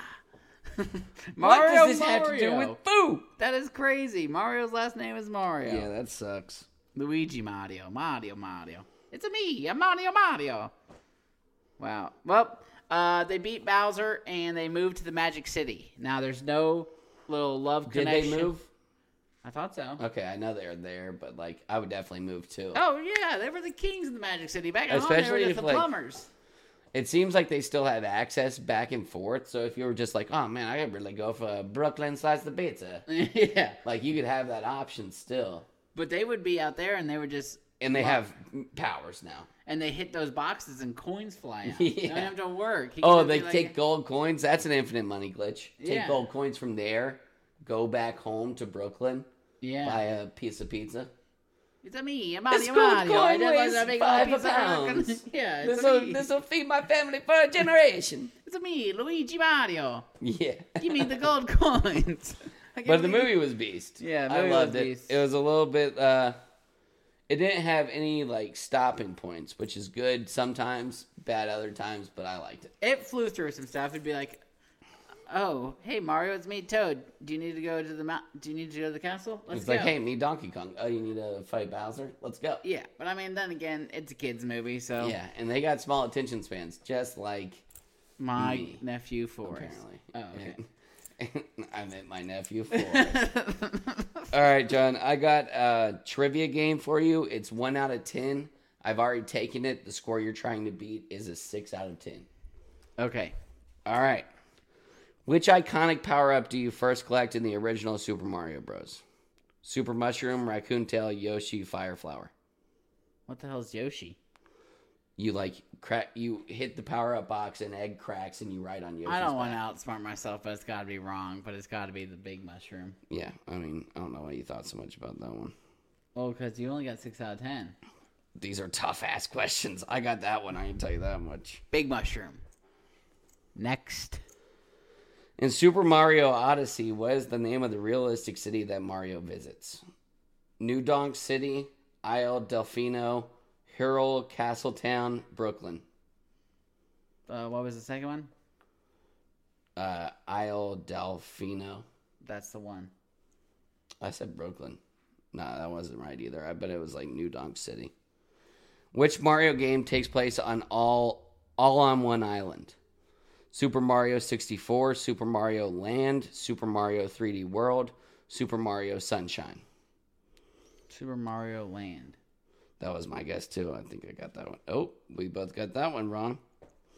A: Mario Mario.
B: food?
A: That is crazy. Mario's last name is Mario.
B: Yeah, that sucks.
A: Luigi Mario, Mario Mario. It's a me, a Mario Mario. Wow. Well, uh, they beat Bowser and they moved to the Magic City. Now there's no little love
B: Did
A: connection.
B: they move?
A: I thought so.
B: Okay, I know they're there, but like, I would definitely move too.
A: Oh yeah, they were the kings of the Magic City back at home. They were
B: Especially
A: just
B: if,
A: the
B: like-
A: plumbers.
B: It seems like they still have access back and forth. So if you were just like, oh man, I could really go for a Brooklyn slice of pizza,
A: yeah,
B: like you could have that option still.
A: but they would be out there and they would just
B: And they have powers now.
A: and they hit those boxes and coins fly out. You
B: Yeah.
A: don't have to work. He
B: Oh,
A: could
B: they
A: be like-
B: take gold coins. That's an infinite money glitch. Take
A: Yeah.
B: gold coins from there, go back home to Brooklyn,
A: yeah.
B: buy a piece of pizza.
A: It's a me, a Mario
B: This gold
A: Mario. I
B: coin
A: just want
B: weighs
A: to make a
B: five
A: pizza.
B: pounds.
A: Yeah, it's
B: This
A: a
B: will
A: me.
B: this will feed my family for a generation.
A: It's me, Luigi Mario.
B: Yeah.
A: Give me the gold coins. I can't
B: But the
A: believe-
B: movie was beast.
A: Yeah, the
B: I
A: movie
B: loved
A: was
B: it.
A: beast.
B: It was a little bit. uh It didn't have any like stopping points, which is good sometimes, bad other times, but I liked it.
A: It flew through some stuff. It'd be like, "Oh, hey Mario, it's me, Toad. Do you need to go to the mount? Do you need to go to the castle? Let's
B: It's
A: go."
B: like, hey, me Donkey Kong. Oh, you need to fight Bowser? Let's go.
A: Yeah, but I mean, then again, it's a kids' movie, so
B: Yeah, and they got small attention spans, just like
A: my
B: Me.
A: nephew Forrest.
B: apparently.
A: Oh, okay.
B: I meant my nephew Forrest. All right, John. I got a trivia game for you. It's one out of ten. I've already taken it. The score you're trying to beat is a six out of ten.
A: okay.
B: All right. Which iconic power up do you first collect in the original Super Mario Bros? Super Mushroom, Raccoon Tail, Yoshi, Fire Flower.
A: What the hell's Yoshi?
B: You like crack. You hit the power up box and egg cracks, and you ride on Yoshi's.
A: I don't want
B: back.
A: to outsmart myself, but it's got to be wrong. But it's got to be the big mushroom.
B: Yeah, I mean, I don't know why you thought so much about that one.
A: Well, because you only got six out of ten.
B: These are tough ass questions. I got that one. I can tell you that much.
A: Big mushroom. Next.
B: In Super Mario Odyssey, what is the name of the realistic city that Mario visits? New Donk City, Isle Delfino, Hurl, Castletown, Brooklyn.
A: Uh, what was the second one?
B: Uh, Isle Delfino.
A: That's the one.
B: I said Brooklyn. Nah, that wasn't right either. I bet it was like New Donk City. Which Mario game takes place on all all on one island? Super Mario 64, Super Mario Land, Super Mario 3D World, Super Mario Sunshine.
A: Super Mario Land.
B: That was my guess too. I think I got that one. Oh, we both got that one wrong.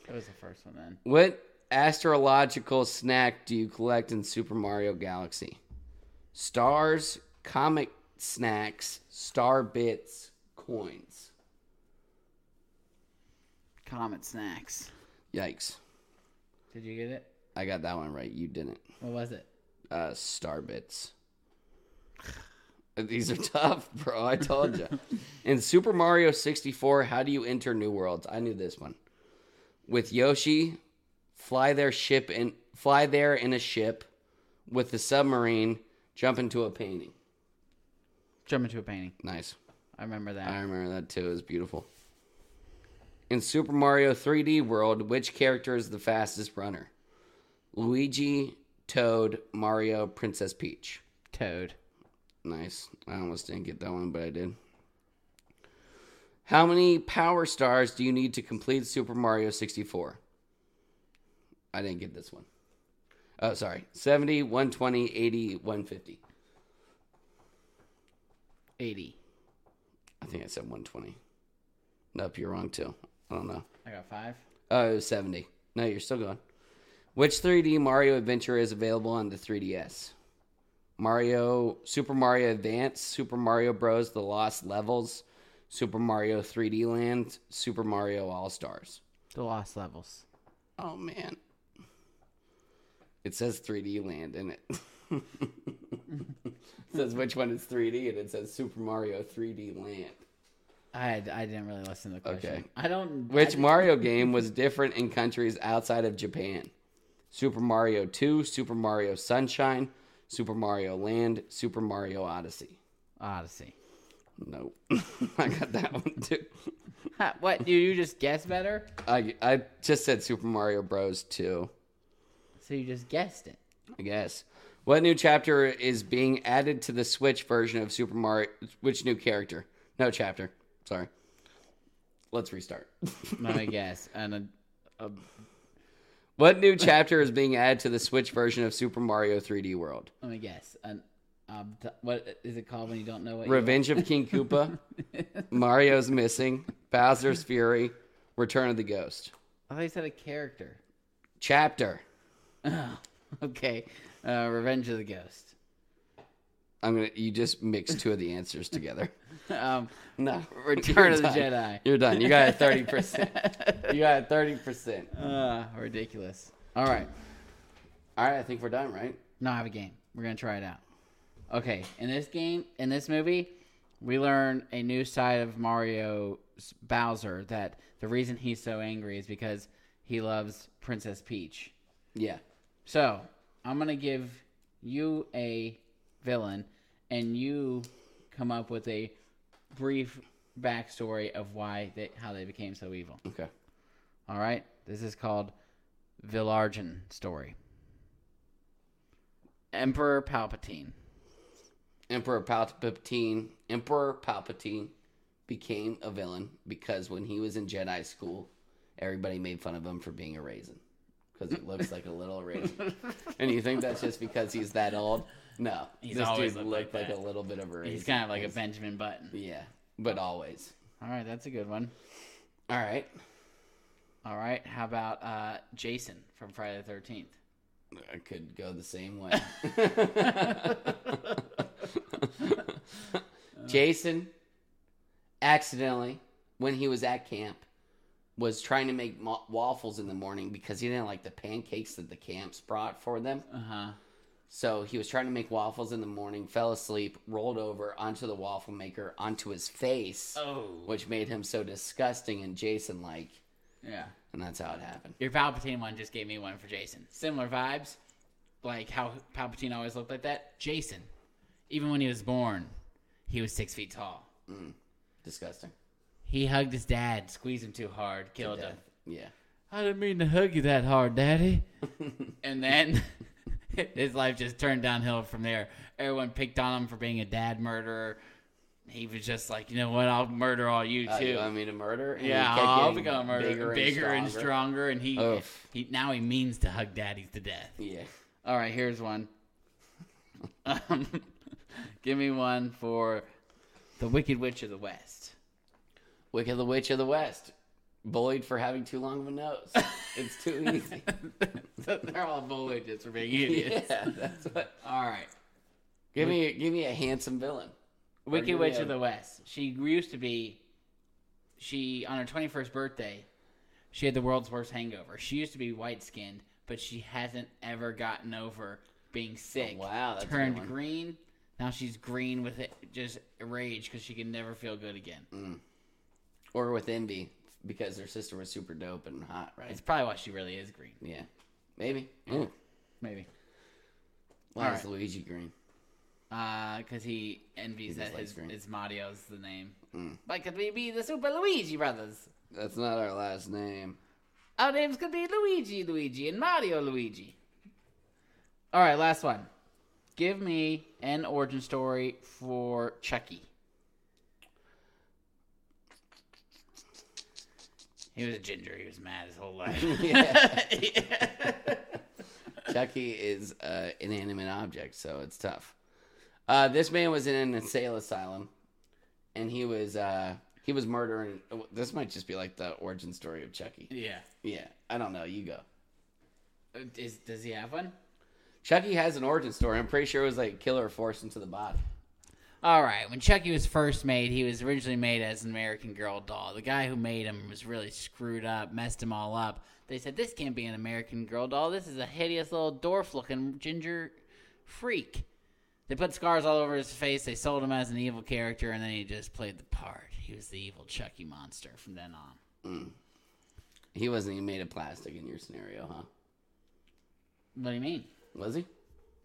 A: That was the first one then.
B: What astrological snack do you collect in Super Mario Galaxy? Stars, comic snacks, star bits, coins.
A: Comet snacks.
B: Yikes.
A: Did you get it?
B: I got that one right. You didn't.
A: What was it?
B: Uh, star bits. These are tough, bro. I told you. In Super Mario 64, how do you enter new worlds? I knew this one. With Yoshi, fly their ship in fly there in a ship with the submarine, jump into a painting.
A: Jump into a painting.
B: Nice.
A: I remember that.
B: I remember that too. It was beautiful. In Super Mario 3D World, which character is the fastest runner? Luigi, Toad, Mario, Princess Peach.
A: Toad.
B: Nice. I almost didn't get that one, but I did. How many power stars do you need to complete Super Mario 64? I didn't get this one. Oh, sorry. 70, 120, 80, 150.
A: 80.
B: I think I said 120. Nope, you're wrong too. I don't know.
A: I got five.
B: Oh, it was 70. No, you're still going. Which 3D Mario adventure is available on the 3DS? Mario, Super Mario Advance, Super Mario Bros. The Lost Levels, Super Mario 3D Land, Super Mario All Stars.
A: The lost levels.
B: Oh, man. It says 3D Land in it. it says which one is 3D, and it says Super Mario 3D Land.
A: I I didn't really listen to the question.
B: Okay.
A: I don't.
B: Which Mario game was different in countries outside of Japan? Super Mario 2, Super Mario Sunshine, Super Mario Land, Super Mario Odyssey.
A: Odyssey.
B: Nope. I got that one too.
A: Ha, what? You, you just guessed better?
B: I, I just said Super Mario Bros. 2,
A: So you just guessed it.
B: I guess. What new chapter is being added to the Switch version of Super Mario? Which new character? No chapter. Sorry. Let's restart.
A: Let me guess. And a, a,
B: What new chapter is being added to the Switch version of Super Mario 3D World?
A: let me guess. An, um, what is it called when you don't know what? you-
B: Revenge of King Koopa, Mario's Missing, Bowser's Fury, Return of the Ghost.
A: I thought you said a character.
B: Chapter.
A: Okay. Uh, Revenge of the Ghost.
B: I'm gonna. You just mixed two of the answers together.
A: Um,
B: No,
A: Return of the
B: You're done.
A: Jedi.
B: You're done. You got thirty percent. You got thirty percent.
A: uh, ridiculous. All right.
B: All right, I think we're done, right?
A: No, I have a game. We're gonna try it out. Okay, in this game, in this movie, we learn a new side of Mario s- Bowser. That the reason he's so angry is because he loves Princess Peach.
B: Yeah.
A: So I'm gonna give you a villain, and you come up with a brief backstory of why they how they became so evil.
B: Okay.
A: All right, this is called Villargin story. Emperor Palpatine.
B: Emperor Palpatine, Emperor Palpatine became a villain because when he was in Jedi school, everybody made fun of him for being a raisin because he looks like a little raisin. And you think that's just because he's that old? No,
A: He's always looked like
B: like
A: that.
B: a little bit of a raisin.
A: He's kind of like a Benjamin Button.
B: yeah, but always.
A: All right, that's a good one.
B: All right,
A: All right, how about uh, Jason from Friday the 13th?
B: I could go the same way. Jason accidentally, when he was at camp, was trying to make mo- waffles in the morning because he didn't like the pancakes that the camps brought for them.
A: Uh huh.
B: So he was trying to make waffles in the morning, fell asleep, rolled over onto the waffle maker, onto his face,
A: Oh.
B: which made him so disgusting and Jason like.
A: Yeah.
B: And that's how it happened.
A: Your Palpatine one just gave me one for Jason. Similar vibes, like how Palpatine always looked like that. Jason, even when he was born, he was six feet tall.
B: Disgusting.
A: He hugged his dad, squeezed him too hard, killed him.
B: Death. Yeah.
A: I didn't mean to hug you that hard, Daddy. and then his life just turned downhill from there. Everyone picked on him for being a dad murderer. He was just like, you know what? I'll murder all you
B: Uh,
A: too.
B: you want me to murder? And
A: yeah,
B: he kept
A: I'll
B: getting
A: become a murderer, bigger, and,
B: stronger.
A: stronger. And he,
B: Oof.
A: he now he means to hug daddies to death.
B: Yeah.
A: All right, here's one. um, give me one for the Wicked Witch of the West.
B: Wicked the Witch of the West. Bullied for having too long of a nose. It's too easy.
A: They're all bullied just for being idiots.
B: yeah, that's what.
A: All right.
B: Give me, give me a handsome villain.
A: Wicked
B: give me
A: Witch
B: a-
A: of the West. She used to be. She on her twenty first birthday, she had the world's worst hangover. She used to be white skinned, but she hasn't ever gotten over being sick.
B: Oh, wow, that's a good
A: turned
B: one.
A: green. Now she's green with it, just rage because she can never feel good again.
B: Mm. Or with envy, because her sister was super dope and hot, right?
A: It's probably why she really is green.
B: Yeah. Maybe. Ooh.
A: Maybe
B: Why is
A: Alright.
B: Luigi green?
A: because Uh, he envies
B: He just
A: that
B: likes
A: his,
B: green. Mm.
A: his Mario's the name. Like could we be the Super Luigi brothers?
B: That's not our last name.
A: Our names could be Luigi Luigi and Mario Luigi. All right, last one. Give me an origin story for Chucky. He was a ginger. He was mad his whole life.
B: Yeah. Chucky is uh, an inanimate object, so it's tough. Uh, this man was in an insane asylum, and he was uh, he was murdering. oh, This might just be like the origin story of Chucky.
A: yeah.
B: Yeah, I don't know. You go.
A: Uh, Is, does he have one?
B: Chucky has an origin story. I'm pretty sure it was like a killer forced into the body.
A: All right. When Chucky was first made, he was originally made as an American Girl doll. The guy who made him was really screwed up, messed him all up. They said this can't be an American Girl doll. This is a hideous little dwarf-looking ginger freak. They put scars all over his face. They sold him as an evil character, and then he just played the part. He was the evil Chucky monster from then on.
B: He wasn't even made of plastic in your scenario, huh?
A: What do you mean?
B: Was he?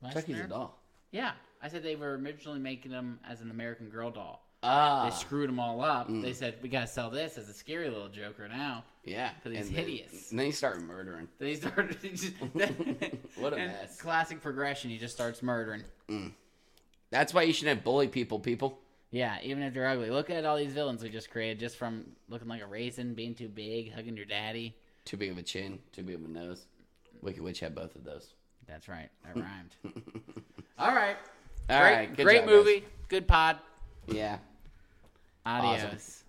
A: Last
B: Chucky's
A: year?
B: a doll.
A: Yeah, I said they were originally making him as an American Girl doll.
B: Ah, Mm.
A: They screwed him all up. They said we gotta sell this as a scary little Joker now.
B: yeah.
A: 'Cause he's
B: And then-
A: hideous.
B: and then he started murdering.
A: Then he started. he just-
B: What a
A: and
B: mess.
A: Classic progression. He just starts murdering.
B: That's why you shouldn't bully people, people.
A: Yeah, even if they're ugly. Look at all these villains we just created just from looking like a raisin, being too big, hugging your daddy.
B: Too big of a chin, too big of a nose. Wicked Witch had both of those.
A: That's right. That rhymed. all right.
B: All
A: great
B: right, good
A: great
B: job, guys.
A: movie. Good pod.
B: Yeah.
A: Adios.
B: Awesome.